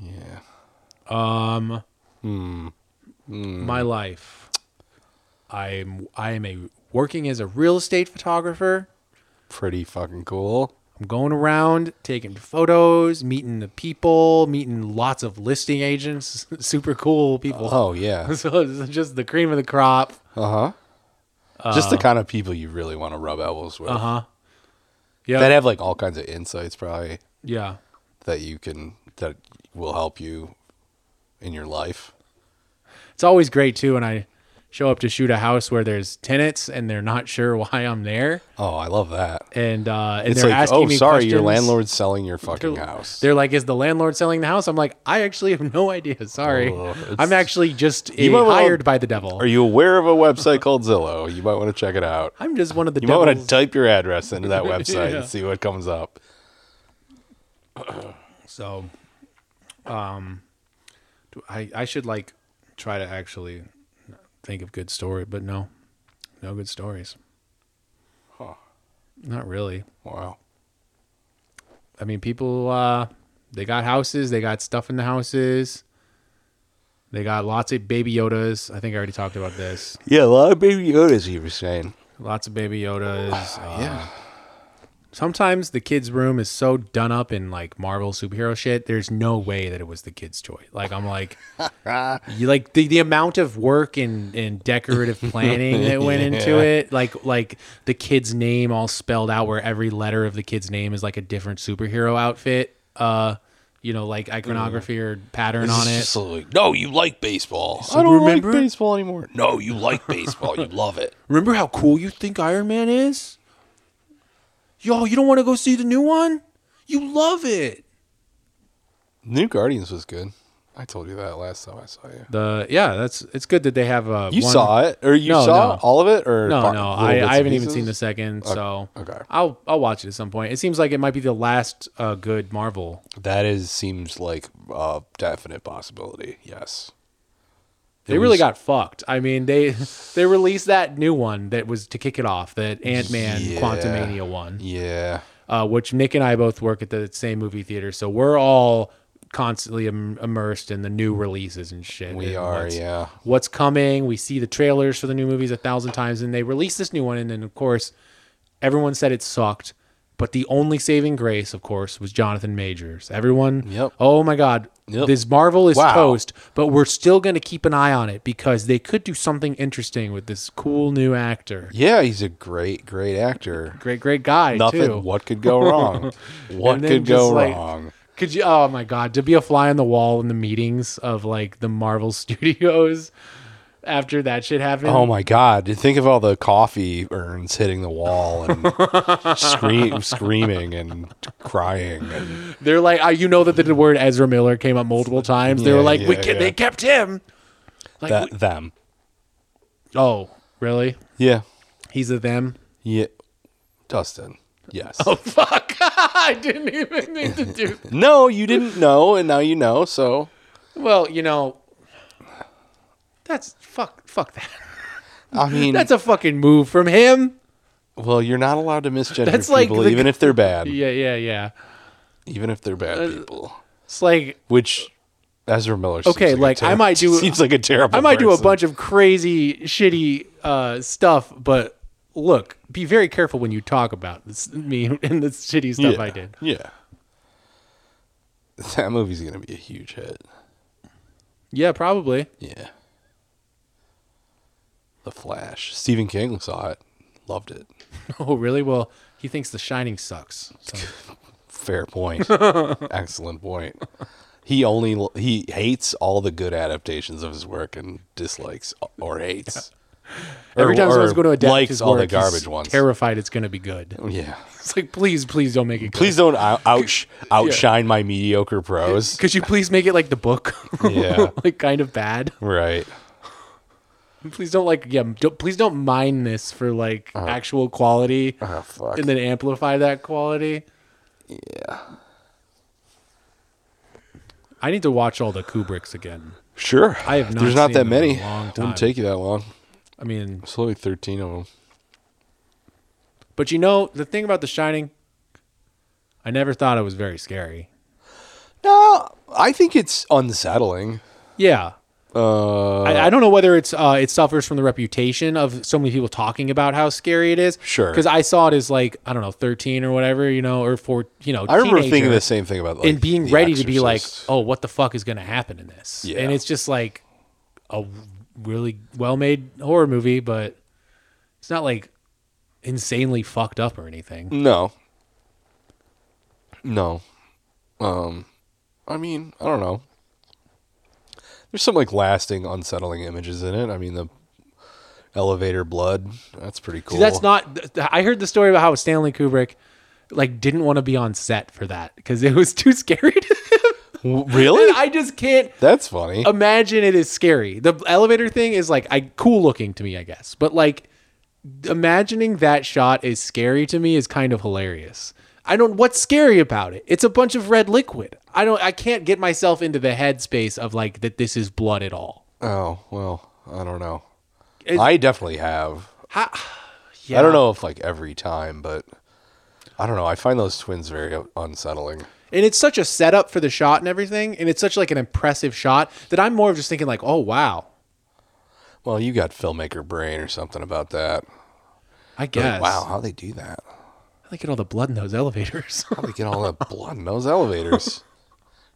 Yeah. Hmm. Um, my life. I'm I am a working as a real estate photographer. Pretty fucking cool. I'm going around taking photos, meeting the people, meeting lots of listing agents, super cool people. Oh yeah. So it's just the cream of the crop. Uh-huh. Just the kind of people you really want to rub elbows with. Uh huh. Yeah. That have like all kinds of insights probably yeah. that you can that will help you in your life. It's always great too when I show up to shoot a house where there's tenants and they're not sure why I'm there, Oh, I love that. and uh, and It's they're like, asking oh, me sorry, your questions. landlord's selling your fucking They're- house. They're like, "Is the landlord selling the house?" I'm like, "I actually have no idea. Sorry, Oh, it's- I'm actually just a, You might wanna- hired by the devil. Are you aware of a website called Zillow? You might want to check it out. I'm just one of the You might want to devils." type your address into that website Yeah. and see what comes up. so, um, do- I I should like try to actually think of good story, but no, no good stories. Huh. Not really. Wow. I mean, people uh, they got houses, they got stuff in the houses. They got lots of baby Yodas. I think I already talked about this. Yeah, a lot of baby Yodas he was saying. Lots of baby Yodas. uh, Oh, yeah. sometimes the kids' room is so done up in like Marvel superhero shit. There's no way that it was the kids' toy. Like I'm like, you like the, the amount of work and and decorative planning that went into Yeah. it. Like like the kid's name all spelled out, where every letter of the kid's name is like a different superhero outfit. Uh, you know, like iconography or pattern on it. like, no, you like baseball. I don't like Remember? baseball anymore. No, you like baseball. you love it. Remember how cool you think Iron Man is? Yo, you don't want to go see the new one? You love it. New Guardians was good. I told you that last time I saw you. The yeah, that's it's good that they have a. You one- saw it, or you No, saw no. all of it, or No, par- no, little I, bits I and haven't even pieces? seen the second, so okay. I'll I'll watch it at some point. It seems like it might be the last uh, good Marvel. That is seems like a definite possibility. Yes, They It really was- got fucked. I mean, they they released that new one that was to kick it off, that Ant Man Yeah. Quantum Mania one, Yeah, uh, which Nick and I both work at the same movie theater, so we're all constantly im- immersed in the new releases and shit. we and are. what's- yeah, what's coming. We see the trailers for the new movies a thousand times, and they release this new one, and then of course, everyone said it sucked. But the only saving grace, of course, was Jonathan Majors. Everyone, Yep. oh my God, Yep. this Marvel is Wow. toast, but we're still going to keep an eye on it because they could do something interesting with this cool new actor. yeah. He's a great, great actor. Great, great guy, Nothing. too. What could go wrong? what And then could go just, like, wrong? Could you? Oh my God! To be a fly on the wall in the meetings of like the Marvel Studios after that shit happened. Oh my God! Think of all the coffee urns hitting the wall and scream, screaming and crying. And They're like, uh, you know that the word Ezra Miller came up multiple times. they Yeah, were like, we yeah, ca- yeah. they kept him. Like, that we- them. oh, really? Yeah, He's a them. yeah. Dustin. Yes. Oh fuck! I didn't even mean to do. No, you didn't know, and now you know. So Well, you know, that's fuck. Fuck that. I mean, That's a fucking move from him. well, you're not allowed to misgender That's like people, the- even if they're bad, Yeah, Uh, yeah, yeah. even if they're bad people. It's like Which Ezra Miller. Okay, seems like, a I ter- might do- Seems like a terrible. I might do a person. bunch of crazy, shitty uh, stuff, but look, be very careful when you talk about this, me and the shitty stuff yeah. I did. Yeah. That movie's gonna be a huge hit. Yeah, probably. Yeah. The Flash. Stephen King saw it, loved it. Oh, really? Well, he thinks The Shining sucks. So. Fair point. Excellent point. He only he hates all the good adaptations of his work and dislikes or hates. Every Or- time someone's or going to adapt likes his all the work, he's garbage ones. terrified it's going to be good. yeah. It's like, please, please don't make it. Please don't out, outsh outshine my mediocre good. prose. could you please make it like the book? Yeah. like kind of bad. Right. Please don't like yeah. Don't, please don't mine this for like Uh-huh. actual quality, Oh fuck. and then amplify that quality. Yeah. I need to watch all the Kubricks again. Sure. I have not There's not seen that them in a many. long time. Wouldn't take you that long. I mean, It's only 13 of them. but you know the thing about The Shining, I never thought it was very scary. No, I think it's unsettling. Yeah, Uh, I, I don't know whether it's uh, it suffers from the reputation of so many people talking about how scary it is. Sure. because I saw it as like I don't know, thirteen or whatever, you know, or four, you know. I remember teenager, thinking the same thing about like, and being The ready to be like, Exorcist. oh, what the fuck is going to happen in this? Yeah. and it's just like a really well-made horror movie, but it's not like insanely fucked up or anything. No. No. Um I mean, I don't know. There's some like lasting unsettling images in it. I mean the elevator blood, that's pretty cool. See, that's not. th- th- I heard the story about how Stanley Kubrick like didn't want to be on set for that because it was too scary. To him. W- really? I Um, just can't. that's funny. imagine it is scary. The elevator thing is like I cool looking to me, I guess. But like imagining that shot is scary to me is kind of hilarious. I don't what's scary about it? It's a bunch of red liquid. I don't I can't get myself into the headspace of like that this is blood at all. oh, well, I don't know. It- I definitely have. Ha- I Yeah. don't know if like every time, but I don't know. I find those twins very u- unsettling. And it's such a setup for the shot and everything, and it's such like an impressive shot that I'm more of just thinking like, "Oh wow." Well, you got filmmaker brain or something about that. I Like, guess. wow, how they do that? I get all the blood in those elevators. How they get all that blood in those elevators?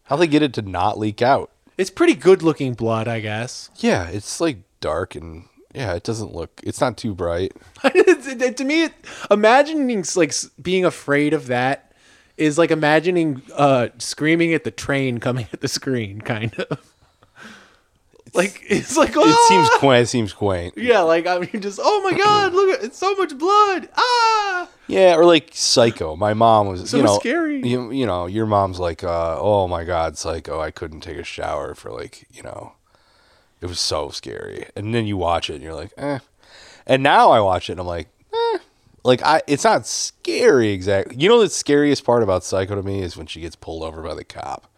How they get it to not leak out? it's pretty good looking blood, I guess. Yeah, it's like dark and yeah, it doesn't look. It's not too bright. It's- it- it- to me, it, imagining like s- being afraid of that is like imagining uh, screaming at the train coming at the screen, kind of. Like it's like oh, It seems quaint. It seems quaint. yeah, like I mean, just oh my god, look at it's so much blood. Ah, Yeah, or like Psycho. My mom was, So you know, scary. You, you know, your mom's like, uh, oh my god, Psycho. I couldn't take a shower for like, you know, it was so scary. And then you watch it and you're like, eh. And now I watch it and I'm like, eh. Like I, it's not scary exactly. You know, the scariest part about Psycho to me is when she gets pulled over by the cop,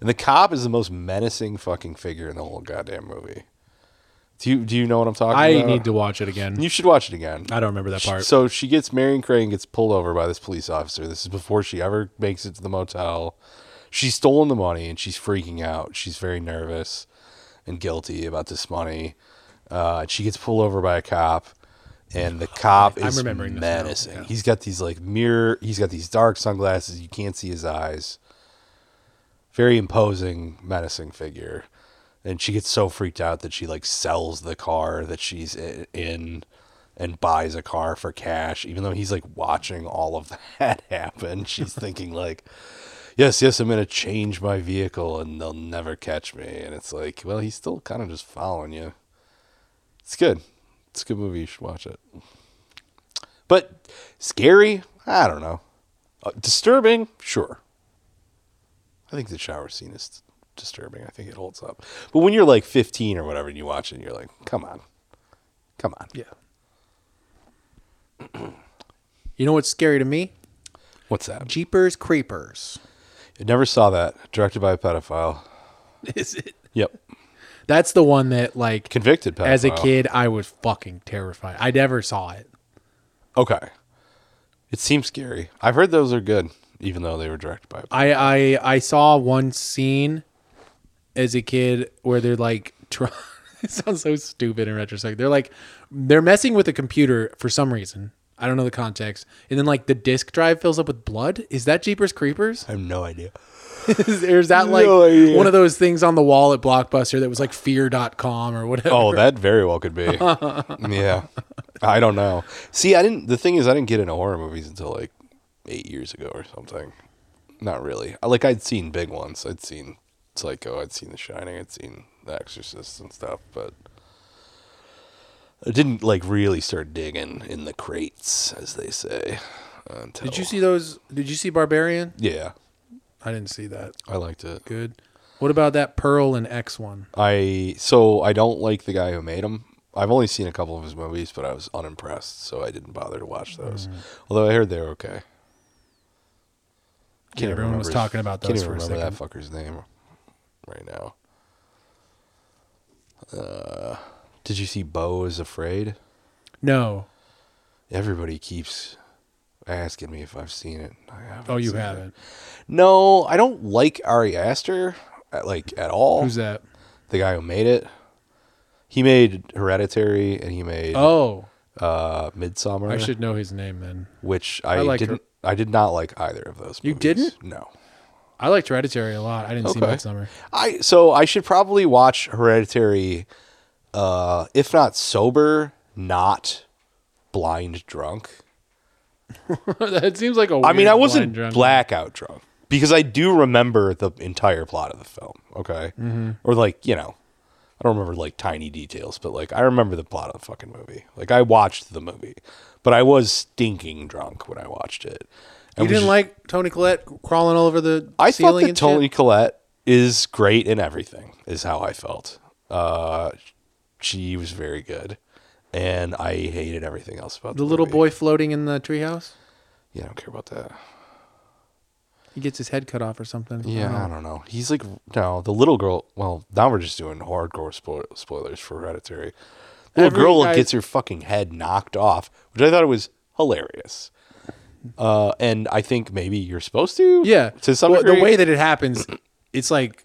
and the cop is the most menacing fucking figure in the whole goddamn movie. Do you do you know what I'm talking I about? need to watch it again. You should watch it again. I don't remember that part. So she gets Marion Crane gets pulled over by this police officer. This is before she ever makes it to the motel. She's stolen the money and she's freaking out. She's very nervous and guilty about this money. Uh, she gets pulled over by a cop, and the cop I'm is remembering this now, menacing. yeah. He's got these like mirror. He's got these dark sunglasses. You can't see his eyes. Very imposing, menacing figure. And she gets so freaked out that she like sells the car that she's i- in and buys a car for cash, even though he's like watching all of that happen. She's thinking like, yes, yes, I'm gonna change my vehicle and they'll never catch me. And it's like, well, he's still kind of just following you. It's good. It's a good movie. You should watch it. But scary? I don't know. Uh, disturbing? Sure. I think the shower scene is disturbing. I think it holds up. But when you're like 15 or whatever and you watch it, you're like, come on. Come on. yeah. You know what's scary to me? What's that? Jeepers Creepers. I never saw that. Directed by a pedophile. Is it? Yep. That's the one that like Convicted pedophile. as a kid I was fucking terrified. I never saw it. Okay. It seems scary. I've heard those are good, even though they were directed by a I I I saw one scene as a kid where they're like try- it sounds so stupid in retrospect. They're like they're messing with a computer for some reason. I don't know the context. And then like the disk drive fills up with blood. Is that Jeepers Creepers? I have no idea. Is, or is that like No idea. one of those things on the wall at Blockbuster that was like fear.com or whatever? Oh, that very well could be. yeah. I don't know. See, I didn't the thing is I didn't get into horror movies until like 8 years ago or something. Not really. I- Like I'd seen big ones. I'd seen Psycho, I'd seen The Shining, I'd seen The Exorcist and stuff, but I didn't like really start digging in the crates, as they say. Until, Did you see those? Did you see Barbarian? Yeah, I didn't see that. I liked it. Good. What about that Pearl and X one? I so I don't like the guy who made him. I've only seen a couple of his movies, but I was unimpressed, so I didn't bother to watch those. Mm. Although I heard they were okay. Yeah, even everyone was remember talking about Can't those even for a second. remember that fucker's name right now. Uh, did you see Bo is Afraid? No. Everybody keeps asking me if I've seen it. I haven't Oh, you seen it. haven't. No, I don't like Ari Aster uh, like at all. Who's that? the guy who made it. He made Hereditary and he made Oh, uh, Midsummer, I should know his name then. which I, I like didn't. I did not like either of those. You movies. didn't? No. I liked Hereditary a lot. I didn't see Okay. Midsummer. I so I should probably watch Hereditary, uh, if not sober, not blind drunk. that seems like a. I mean, weird I blind wasn't drunk. blackout drunk because I do remember the entire plot of the film. Okay, Mm-hmm. or like you know, I don't remember like tiny details, but like I remember the plot of the fucking movie. Like I watched the movie, but I was stinking drunk when I watched it. You didn't like Tony Collette crawling all over the I thought ceiling that and Toni shit? Collette is great in everything. Is how I felt. Uh, she was very good, and I hated everything else about the little movie. boy floating in the treehouse. Yeah, I don't care about that. He gets his head cut off or something. Yeah, I I don't know. don't know. He's like no, the little girl. Well, now we're just doing hardcore spoil- spoilers for Hereditary. The little Every girl guy- gets her fucking head knocked off, which I thought was hilarious. Uh, and I think maybe you're supposed to. Yeah, to some Well, degree. the way that it happens, it's like,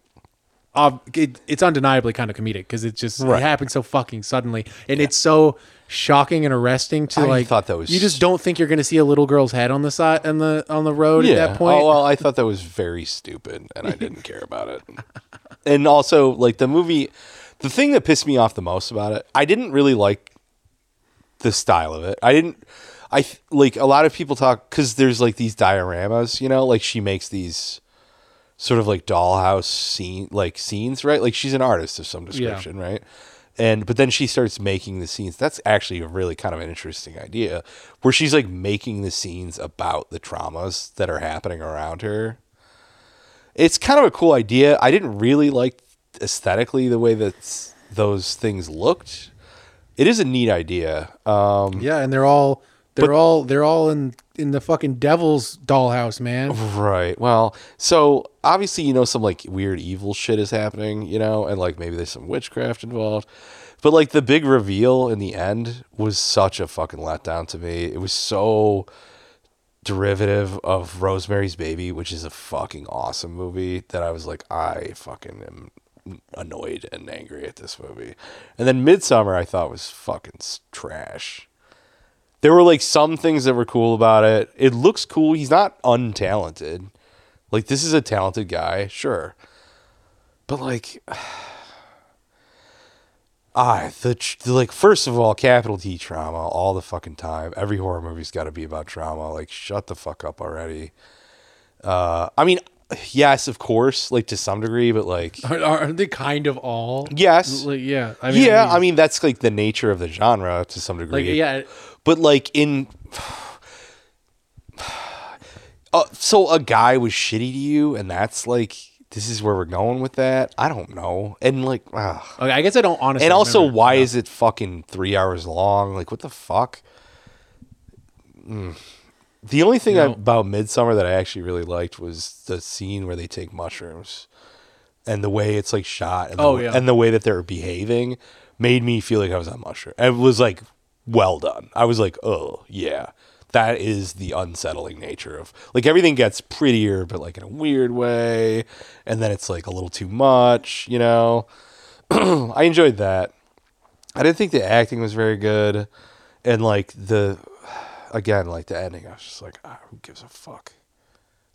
ob- it, it's undeniably kind of comedic because it just Right. it happens so fucking suddenly, and it's so shocking and arresting to I like. thought that was you just don't think you're going to see a little girl's head on the side on the on the road at that point. Oh well, I thought that was very stupid, and I didn't care about it. And also, like the movie, the thing that pissed me off the most about it, I didn't really like the style of it. I didn't. I th- like a lot of people talk because there's like these dioramas, you know, like she makes these sort of like dollhouse scene like scenes, right? Like she's an artist of some description, right? And but then she starts making the scenes. That's actually a really kind of an interesting idea where she's like making the scenes about the traumas that are happening around her. It's kind of a cool idea. I didn't really like aesthetically the way that those things looked. It is a neat idea. Um Yeah, and they're all they're all they're all in in the fucking devil's dollhouse, man. Right. Well, so obviously, you know, some like weird evil shit is happening, you know, and like maybe there's some witchcraft involved. But like the big reveal in the end was such a fucking letdown to me. It was so derivative of Rosemary's Baby, which is a fucking awesome movie that I was like, I fucking am annoyed and angry at this movie. And then Midsummer I thought was fucking s- trash there were like some things that were cool about it. It looks cool. He's not untalented. Like this is a talented guy, sure. But like ah, the, tr- the like first of all, capital T trauma all the fucking time. Every horror movie's got to be about trauma. Like shut the fuck up already. Uh I mean, yes, of course, like to some degree, but like Aren't, aren't they kind of all? Yes. Like, yeah. I yeah, I mean, that's like the nature of the genre to some degree. like yeah. But like in uh, so a guy was shitty to you and that's like this is where we're going with that. I don't know. And like ugh. Okay, I guess I don't honestly. and also remember. why is it fucking 3 hours long? Like what the fuck? Mm. The only thing No. about Midsummer that I actually really liked was the scene where they take mushrooms and the way it's like shot and the, Oh, yeah. and the way that they're behaving made me feel like I was on mushroom. It was like well done. I was like, oh yeah, that is the unsettling nature of like everything gets prettier, but like in a weird way, and then it's like a little too much, you know. I enjoyed that. I didn't think the acting was very good, and like the again like the ending, I was just like, ah, who gives a fuck.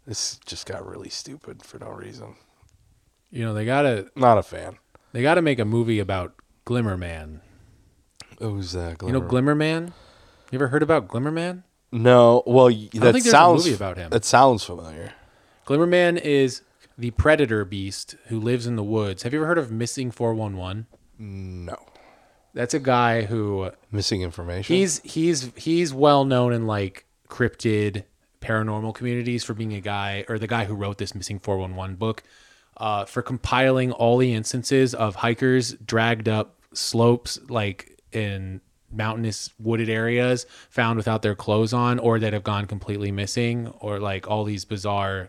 This just got really stupid for no reason. you know they gotta Not a fan. they gotta make a movie about Glimmer Man. Who's that? You Glimmer? know Glimmer Man. You ever heard about Glimmer Man? no. Well, y- think that there's a sounds movie about him. That sounds familiar. Glimmer Man is the predator beast who lives in the woods. Have you ever heard of Missing Four One One? No, That's a guy who missing information. he's he's he's well known in like cryptid paranormal communities for being a guy or the guy who wrote this missing 411 book uh, for compiling all the instances of hikers dragged up slopes like in mountainous wooded areas found without their clothes on or that have gone completely missing or like all these bizarre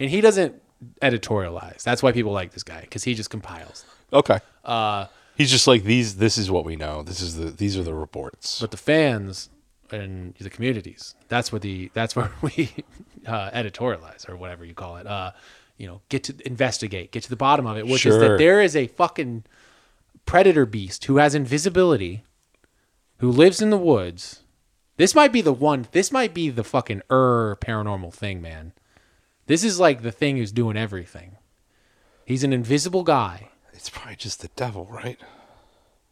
and he doesn't editorialize that's why people like this guy because he just compiles them. okay. Uh, he's just like these. This is what we know. This is the. These are the reports. but the fans and the communities that's what the that's where we uh, editorialize or whatever you call it uh you know get to investigate get to the bottom of it which is Sure. that there is a fucking predator beast who has invisibility who lives in the woods this might be the one this might be the fucking er paranormal thing man this is like the thing who's doing everything he's an invisible guy it's probably just the devil, right?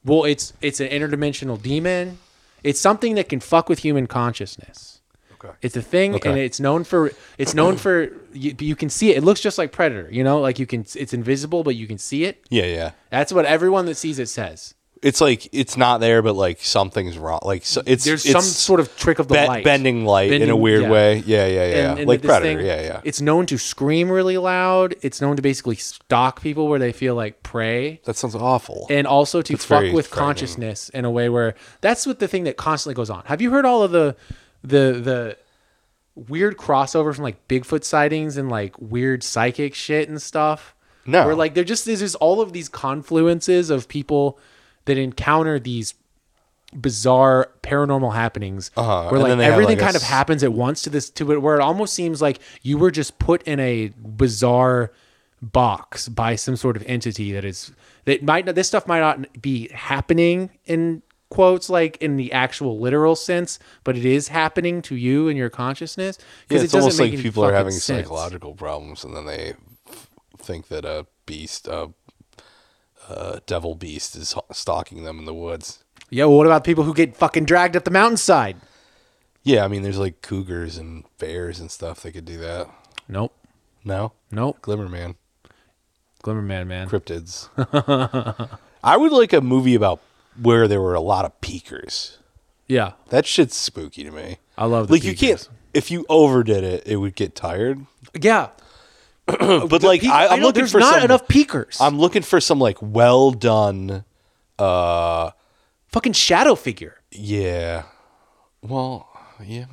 well, it's it's an interdimensional demon. It's something that can fuck with human consciousness. Okay. It's a thing, Okay. and it's known for it's known for you, you can see it. It looks just like Predator, you know, like you can it's invisible, but you can see it. yeah, yeah. That's what everyone that sees it says. It's like it's not there, but like something's wrong. Like so, it's There's it's some sort of trick of the be- light, bending light in a Bending- weird yeah. way. Yeah, yeah, yeah. And- and like this predator. thing- yeah, yeah. It's known to scream really loud. It's known to basically stalk people where they feel like prey. that sounds awful. and also to That's very fuck with frightening. consciousness in a way where that's what the thing that constantly goes on. Have you heard all of the the the weird crossover from like Bigfoot sightings and like weird psychic shit and stuff? No. Where like there just there's just all of these confluences of people that encounter these bizarre paranormal happenings Uh-huh, where and then like they have, everything like, a kind of s- happens at once to this to it where it almost seems like you were just put in a bizarre box by some sort of entity that is that might not this stuff might not be happening in quotes like in the actual literal sense but it is happening to you in your consciousness Yeah, it it's almost doesn't make like any people are fucking having sense. psychological problems, and then they f- think that a beast, a, a devil beast, is h- stalking them in the woods. yeah well, what about people who get fucking dragged up the mountainside Yeah, I mean, there's like cougars and bears and stuff that could do that. nope No, Nope. Glimmer Man, Glimmer Man, man. cryptids. I would like a movie about where there were a lot of peekers. Yeah. That shit's spooky to me. I love the like you can't. peekers. If you overdid it, it would get tired. Yeah. But like, I, I'm looking there's for not some, enough peekers. I'm looking for some like well done. fucking shadow figure. Yeah. Well, yeah.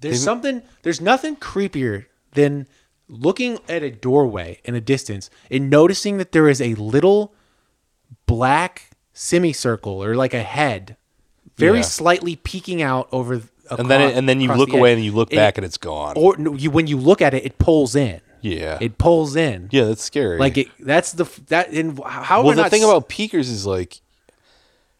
There's something. There's nothing creepier than looking at a doorway in a distance and noticing that there is a little black semicircle or like a head, very Yeah. slightly peeking out over. th- acro- And then and then you across look the away edge. and you look And- back and it's gone. or no, you when you look at it, it pulls in. yeah. It pulls in. yeah, that's scary. Like it, that's the f- that. And how am well, I the not thing s- about peekers is like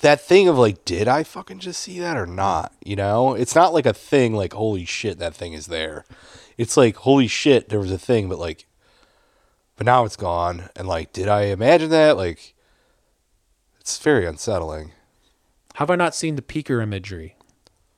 that thing of like, did I fucking just see that or not? You know, it's not like a thing like, holy shit, that thing is there. It's like, holy shit, there was a thing, but like, but now it's gone. And like, did I imagine that? Like, it's very unsettling, have I not seen the peeker imagery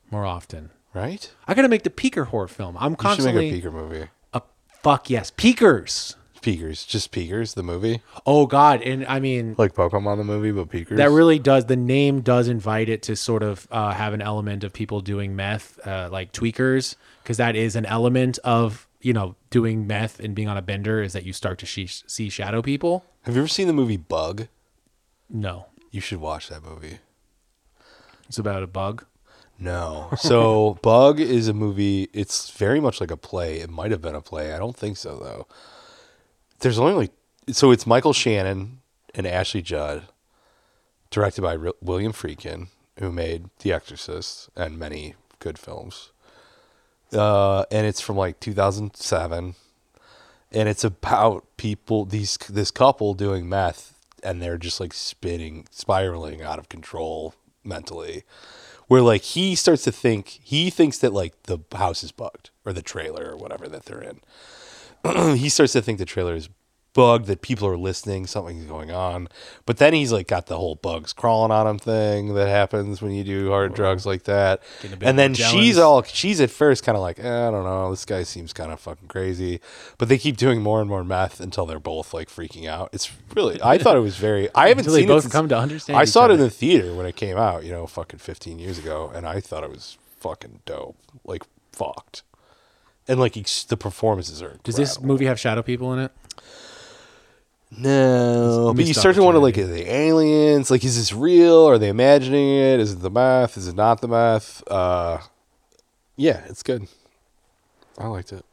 more often? right? I gotta make the peeker horror film. I'm You should make a constantly peeker movie. a fuck yes peekers. Peekers, just Peekers, the movie, Oh God, and I mean like Pokemon the movie, but Peekers. that really does. The name does invite it to sort of uh, have an element of people doing meth, uh, like tweakers, because that is an element of you know doing meth and being on a bender is that you start to she- see shadow people. Have you ever seen the movie Bug? No, You should watch that movie. it's about a bug. No. So Bug is a movie. It's very much like a play. It might have been a play. I don't think so though. There's only like so it's Michael Shannon and Ashley Judd, directed by Ri- William Friedkin, who made The Exorcist and many good films. Uh, and it's from like 2007, and it's about people these this couple doing meth, and they're just like spinning, spiraling out of control mentally where like he starts to think he thinks that like the house is bugged or the trailer or whatever that they're in. he starts to think the trailer is bugged, that people are listening, something's going on. But then he's like got the whole bugs crawling on him thing that happens when you do hard drugs like that. Getting a bit And then jealous. she's all she's at first kind of like, eh, I don't know, this guy seems kind of fucking crazy. But they keep doing more and more meth until they're both like freaking out. It's really I thought it was very I haven't Until they seen both it since- come to understand I each saw it in other. the theater when it came out, you know, fucking 15 years ago, and I thought it was fucking dope, like fucked, and like ex- the performances are. Does this movie have shadow people in it? No, but you missed start to wonder, like, are they aliens? Like, is this real? Are they imagining it? Is it the math? Is it not the math? Uh, yeah, it's good. I liked it.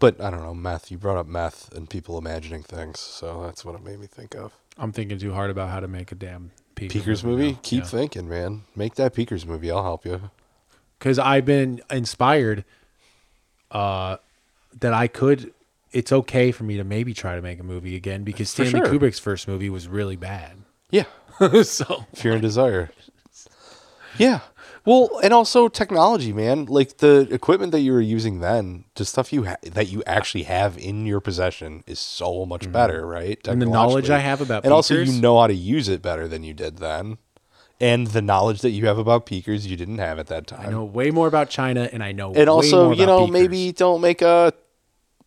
But I don't know, meth. You brought up meth and people imagining things, so that's what it made me think of. I'm thinking too hard about how to make a damn peeker Peekers movie? now. Keep Yeah. thinking, man. Make that Peekers movie. I'll help you. because I've been inspired uh, that I could. It's okay for me to maybe try to make a movie again because For Stanley sure. Kubrick's first movie was really bad. Yeah. so Fear and Desire. Yeah. Well, and also technology, man. Like the equipment that you were using then, the stuff you ha- that you actually have in your possession is so much better, right? And the knowledge I Technologically. have about and also you Peekers- know how to use it better than you did then, and the knowledge that you have about Peekers you didn't have at that time. I know way more about China, and I know. way and also, more you know, about Beakers. maybe don't make a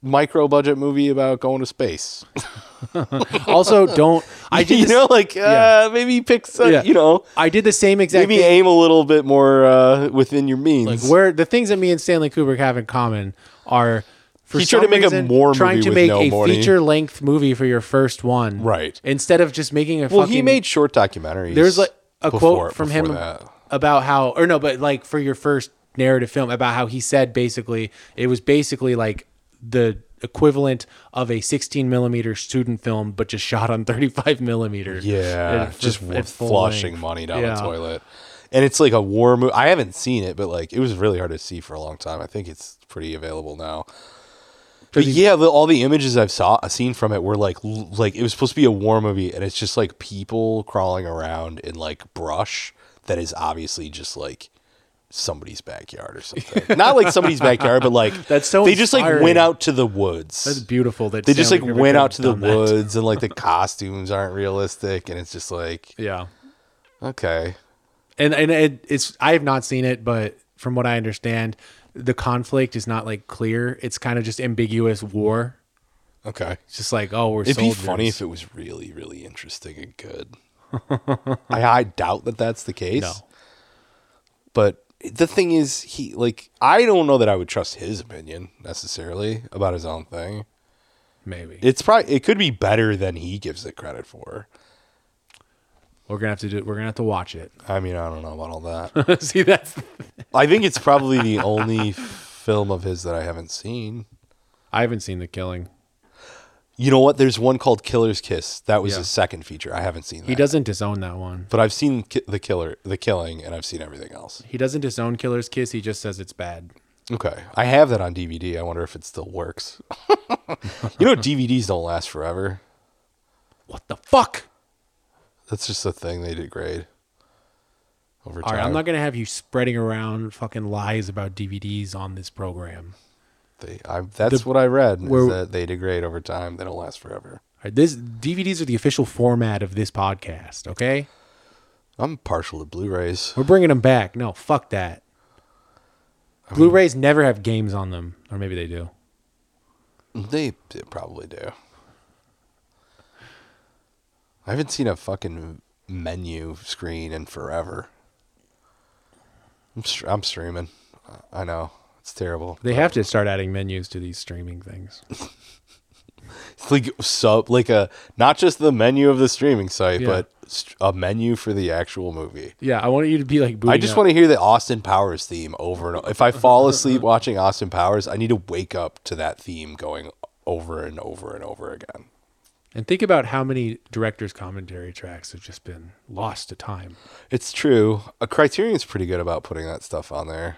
micro budget movie about going to space. also don't. I did. you this- know, like uh, yeah. maybe pick some, Yeah. you know, I did the same exact. maybe thing. aim a little bit more uh, within your Like means. where the things that me and Stanley Kubrick have in common are. For He tried some to make a reason, war trying movie to with make no a money. feature-length movie for your first one, Right. Instead of just making a well, fucking he made short documentaries. There's like a before- quote from before him that. about how, or no, but like for your first narrative film about how he said basically it was basically like the equivalent of a 16 millimeter student film, but just shot on 35 millimeter. Yeah, At- just at full flushing length. money down Yeah. the toilet. And it's like a war movie. I haven't seen it, but like it was really hard to see for a long time. I think it's pretty available now. But yeah, the, all the images I've saw seen from it were like l- like it was supposed to be a war movie, and it's just like people crawling around in like brush that is obviously just like somebody's backyard or something. Not like somebody's backyard, but like That's so they just like inspiring. went out to the woods. That's beautiful. That they just like Stanley Kubrick went out has to the done that. woods and like the costumes aren't realistic and it's just like Yeah. okay and and it, it's I have not seen it, but from what I understand, the conflict is not like clear. It's kind of just ambiguous war. Okay. It's just like, oh, we're It'd soldiers. be funny if it was really, really interesting and good. I, I doubt that that's the case. No. But the thing is, he like I don't know that I would trust his opinion necessarily about his own thing. maybe It's probably it could be better than he gives it credit for. we're gonna have to do. We're gonna have to watch it. I mean, I don't know about all that. See, that's. I think it's probably the only film of his that I haven't seen. I haven't seen the killing. You know what? There's one called Killer's Kiss. That was Yeah. his second feature. I haven't seen that. He doesn't disown that one. but I've seen ki- the killer, the killing, and I've seen everything else. He doesn't disown Killer's Kiss. He just says it's bad. Okay, I have that on DVD. I wonder if it still works. you know, DVDs don't last forever. What the fuck? That's just a thing they degrade over All time. right, I'm not gonna have you spreading around fucking lies about DVDs on this program. they, I, that's what I read. where- Is that they degrade over time. They don't last forever. All right, this DVDs are the official format of this podcast. Okay, I'm partial to Blu-rays. we're bringing them back. No, fuck that. Blu-rays never have games on them, or maybe they do. They, they probably do. I haven't seen a fucking menu screen in forever. I'm, str- I'm streaming. I know it's terrible. They have to start adding menus to these streaming things. It's like sub like a not just the menu of the streaming site Yeah. but st- a menu for the actual movie Yeah, I want you to be like. i just want to hear the austin powers theme over and over if i fall asleep watching austin powers i need to wake up to that theme going over and over and over again to, and think about how many directors' commentary tracks have just been lost to time. it's true a criterion's pretty good about putting that stuff on there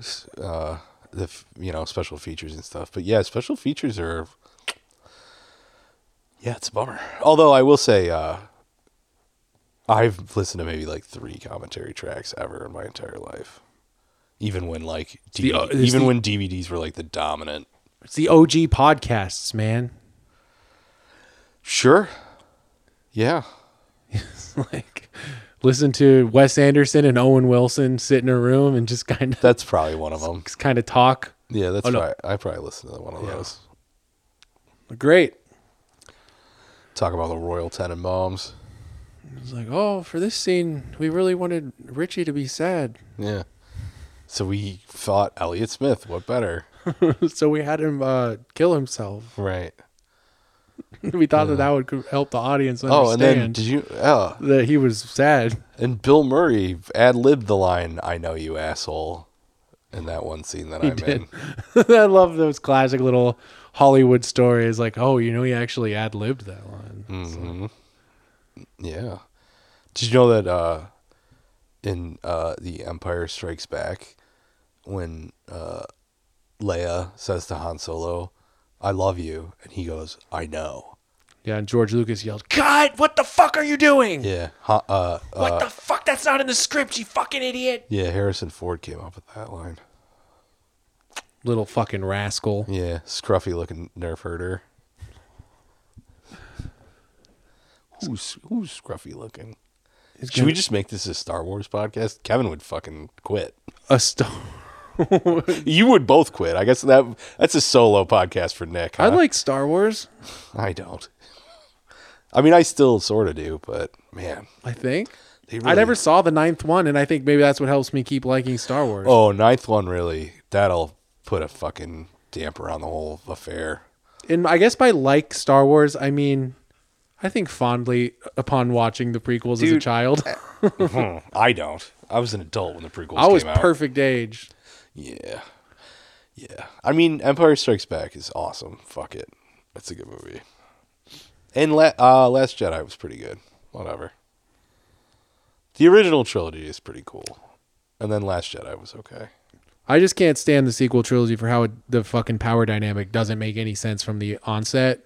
S- uh the f- you know special features and stuff but yeah special features are yeah it's a bummer although i will say uh i've listened to maybe like three commentary tracks ever in my entire life even when like the- uh, DVD, it's even the- when dvds were like the dominant It's the OG podcasts, man. sure yeah like, listen to Wes Anderson and Owen Wilson sit in a room and just kind of that's probably one of them kind of talk. yeah that's Oh, no. right i probably listened to one of those Great. talk about the royal tenenbaums It's like, oh, for this scene, we really wanted Richie to be sad, Yeah. So we thought Elliot Smith. What better? so we had him uh, kill himself. Right. we thought that that would co- help the audience understand Oh, and then did you? Oh, that he was sad. and Bill Murray ad libbed the line "I know you asshole" in that one scene that I'm did. in. I love those classic little Hollywood stories. Like, oh, you know, he actually ad libbed that line. Mm-hmm. Yeah. Did you know that uh, in uh, The Empire Strikes Back, when uh, Leia says to Han Solo, "I love you," and he goes, "I know." Yeah, and George Lucas yelled, "God, what the fuck are you doing? Yeah. Ha- uh, uh, What the fuck? That's not in the script, you fucking idiot!" yeah. Harrison Ford came up with that line. Little fucking rascal. Yeah, scruffy looking nerf herder. Who's who's scruffy looking? He's Should we gonna- just make this a Star Wars podcast? Kevin would fucking quit. a star? You would both quit. I guess that that's a solo podcast for Nick. I huh? like Star Wars. I don't. I mean, I still sort of do, but man, I think. they I never really- saw the ninth one, and I think maybe that's what helps me keep liking Star Wars. Oh, ninth one really. That'll put a fucking damper on the whole affair. And I guess by like Star Wars, I mean, I think fondly upon watching the prequels as a Dude, child. Hmm, I don't. I was an adult when the prequels. I was came out. perfect age. Yeah. Yeah. I mean, Empire Strikes Back is awesome. Fuck it. That's a good movie. And La- uh, Last Jedi was pretty good. Whatever. The original trilogy is pretty cool. And then Last Jedi was okay. I just can't stand the sequel trilogy for how it, the fucking power dynamic doesn't make any sense from the onset.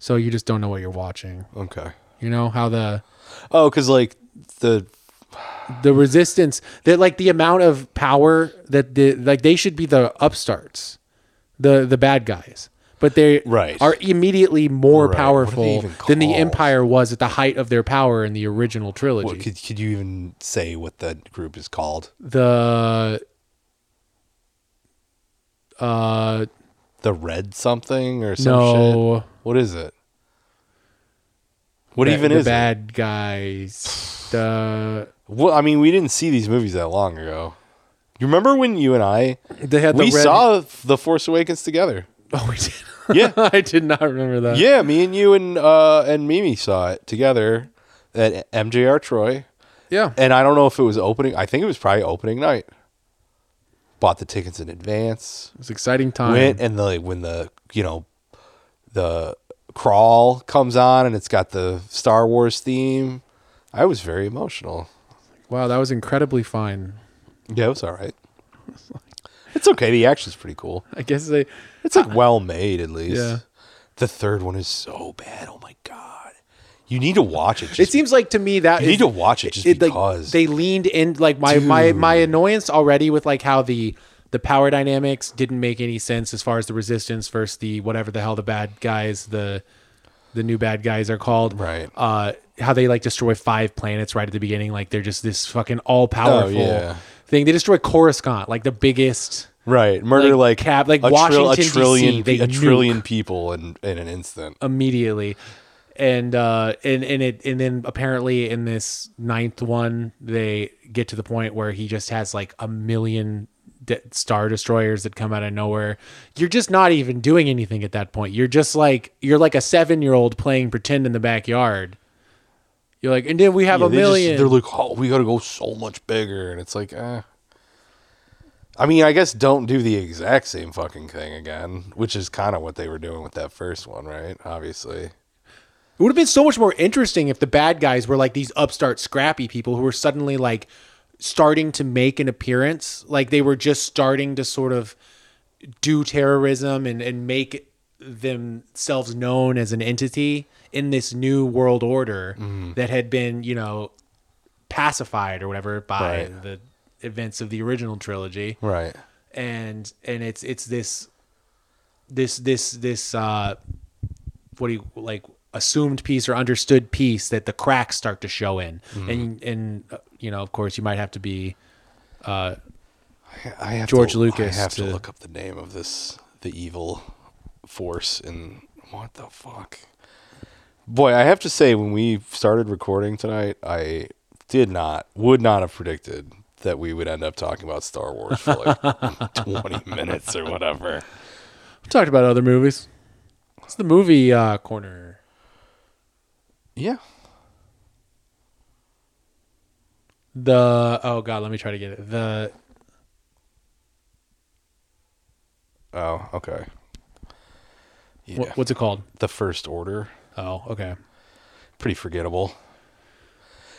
So you just don't know what you're watching. Okay. You know how the Oh, because, like, the. the resistance that like the amount of power that the like they should be the upstarts, the the bad guys, but they Right. are immediately more Right. What powerful are they even than the called? empire was at the height of their power in the original trilogy. What, could, could you even say what that group is called? the Uh, The red something or some shit. no, What is it? What Ba- even the is it? bad guys? The Well, I mean, we didn't see these movies that long ago. You remember when you and I they had the we red- saw The Force Awakens together? Oh, we did. Yeah. I did not remember that. Yeah, me and you and uh, and Mimi saw it together at MJR Troy, yeah. and I don't know if it was opening. I think it was probably opening night. Bought the tickets in advance. It was an exciting time. Went and the like, when the you know the crawl comes on and it's got the Star Wars theme. I was very emotional. Wow, that was incredibly fine. Yeah, it was all right. It's okay. The action's pretty cool. I guess they. It's like well made at least. Yeah. The third one is so bad. Oh my god. You need to watch it. Just it seems like to me that You is- need to watch it just it, like, because. they leaned in like my my my annoyance already with like how the the power dynamics didn't make any sense as far as the resistance versus the whatever the hell the bad guys the the new bad guys are called Right. uh how they like destroy five planets right at the beginning like they're just this fucking all powerful Oh, yeah. thing they destroy Coruscant like the biggest right murder like, like, cap- like a Washington, a DC, trillion pe- they a trillion nuke. people in in an instant. immediately and uh and and it and then apparently in this ninth one they get to the point where he just has like a million de- star destroyers that come out of nowhere you're just not even doing anything at that point you're just like you're like a seven year old playing pretend in the backyard you're like and then we have Yeah, a they just- million they're like, oh, we got to go so much bigger, and it's like, eh. I mean, I guess don't do the exact same fucking thing again, which is kind of what they were doing with that first one, right? Obviously. It would have been so much more interesting if the bad guys were like these upstart, scrappy people who were suddenly like starting to make an appearance. Like they were just starting to sort of do terrorism and, and make themselves known as an entity in this new world order that had been, you know, pacified or whatever by Right. the events of the original trilogy Right. and and it's it's this this this this uh what do you like assumed piece or understood piece that the cracks start to show in Mm-hmm. and and uh, you know of course you might have to be I- I have George to, Lucas I have to, to- look up the name of this the evil force and what the fuck. Boy, I have to say when we started recording tonight, I did not would not have predicted that we would end up talking about Star Wars for like 20 minutes or whatever. we talked about other movies it's the movie uh corner Yeah. the oh god let me try to get it the Oh, okay. Yeah. wha- what's it called the first order. oh okay Pretty forgettable.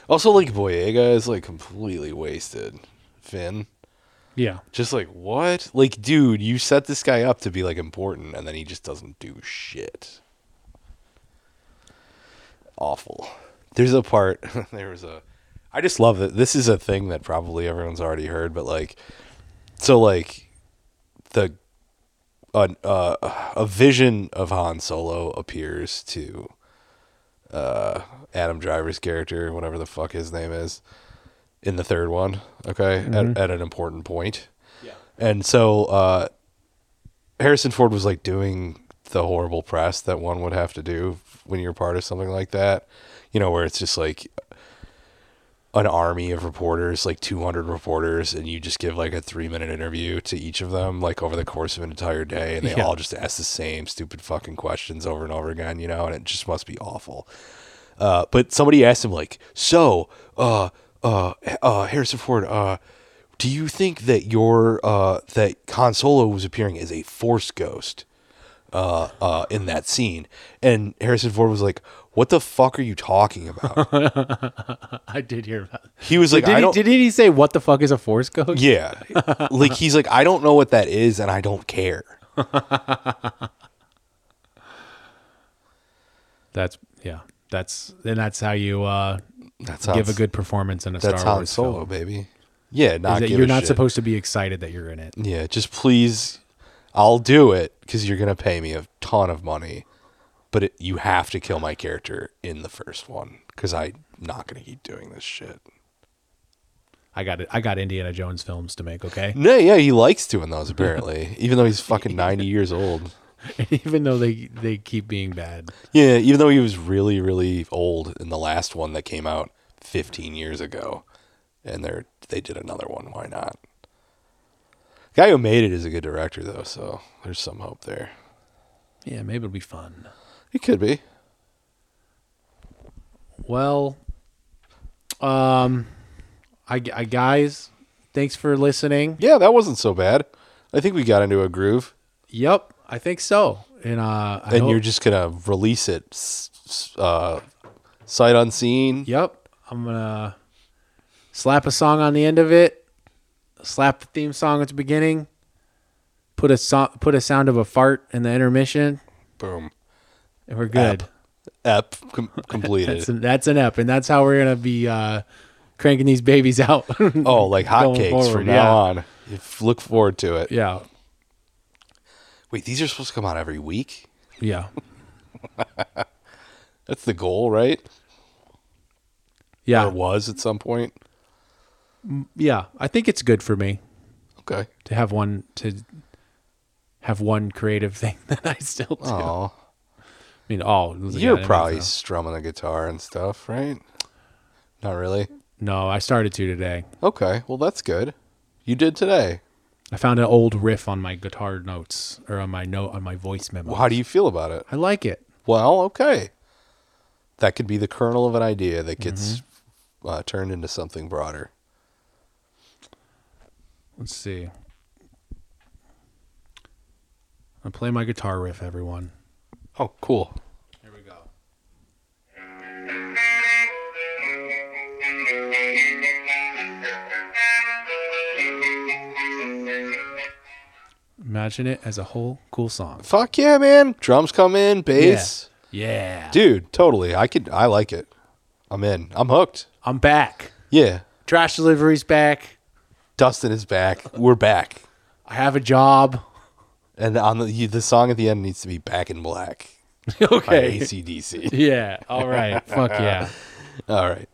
Also like Boyega is like completely wasted. Finn yeah Just like what? Like, dude, you set this guy up to be like important, and then he just doesn't do shit. Awful. There's a part. there was a. I just love that. This is a thing that probably everyone's already heard, but like, so like, the, an uh, a vision of Han Solo appears to, uh, Adam Driver's character, whatever the fuck his name is, in the third one. Okay, at, at an important point. And so uh, Harrison Ford was like doing the horrible press that one would have to do when you're part of something like that, you know, where it's just like an army of reporters, like 200 reporters, and you just give like a three minute interview to each of them, like over the course of an entire day. And they Yeah. all just ask the same stupid fucking questions over and over again, you know, and it just must be awful. Uh, but somebody asked him like, so, uh, uh, uh, Harrison Ford, uh, do you think that your uh, that Han Solo was appearing as a Force ghost uh, uh, in that scene? And Harrison Ford was like, "What the fuck are you talking about?" i did hear about it. He was like, did, "I he, don't." did he say what the fuck is a force ghost yeah, like he's like, "I don't know what that is, and I don't care." that's yeah that's and that's how you uh That's how give a good performance in a That's star Han wars Solo, film baby. Yeah, not is that give you're a not shit. supposed to be excited that you're in it. Yeah, just please, I'll do it because you're gonna pay me a ton of money, but it, you have to kill my character in the first one because I'm not gonna keep doing this shit. I got it. I got Indiana Jones films to make. Okay, No, yeah, he likes doing those apparently, even though he's fucking 90 years old. even though they they keep being bad. Yeah, even though he was really, really old in the last one that came out 15 years ago, and they are they did another one. Why not? The guy who made it is a good director though, so there's some hope there. Yeah, maybe it'll be fun. It could be. Well, um, I, I guys, thanks for listening. Yeah, that wasn't so bad. I think we got into a groove, Yep, I think so. And uh, I and hope- you're just gonna release it, s- s- uh, sight unseen. Yep. I'm gonna slap a song on the end of it, slap the theme song at the beginning, put a so- put a sound of a fart in the intermission, Boom. and we're good. Ep com- completed. That's an, that's an ep, and that's how we're gonna be uh, cranking these babies out. oh, like hotcakes forward, from now yeah. on. If, look forward to it. yeah, Wait, these are supposed to come out every week. yeah, That's the goal, right? Or yeah, was at some point. yeah. I think it's good for me Okay. to have one to have one creative thing that I still do. Oh, I mean, oh, you're yeah, probably strumming a guitar and stuff, right? Not really. no. I started to today. Okay. Well, that's good. You did today. I found an old riff on my guitar notes or on my note on my voice memo. Well, how do you feel about it? I like it. Well, okay. That could be the kernel of an idea that gets uh, turned into something broader. Let's see. I play my guitar riff, everyone. Oh, cool. Here we go. Imagine it as a whole cool song. Fuck yeah, man. Drums come in, bass. Yeah. Dude, totally. I could I like it. I'm in. I'm hooked. I'm back. Yeah. Trash delivery's back. Dustin is back. We're back. I have a job. And on the you- the song at the end needs to be Back in Black by okay. ACDC. Yeah. All right. Fuck yeah. All right.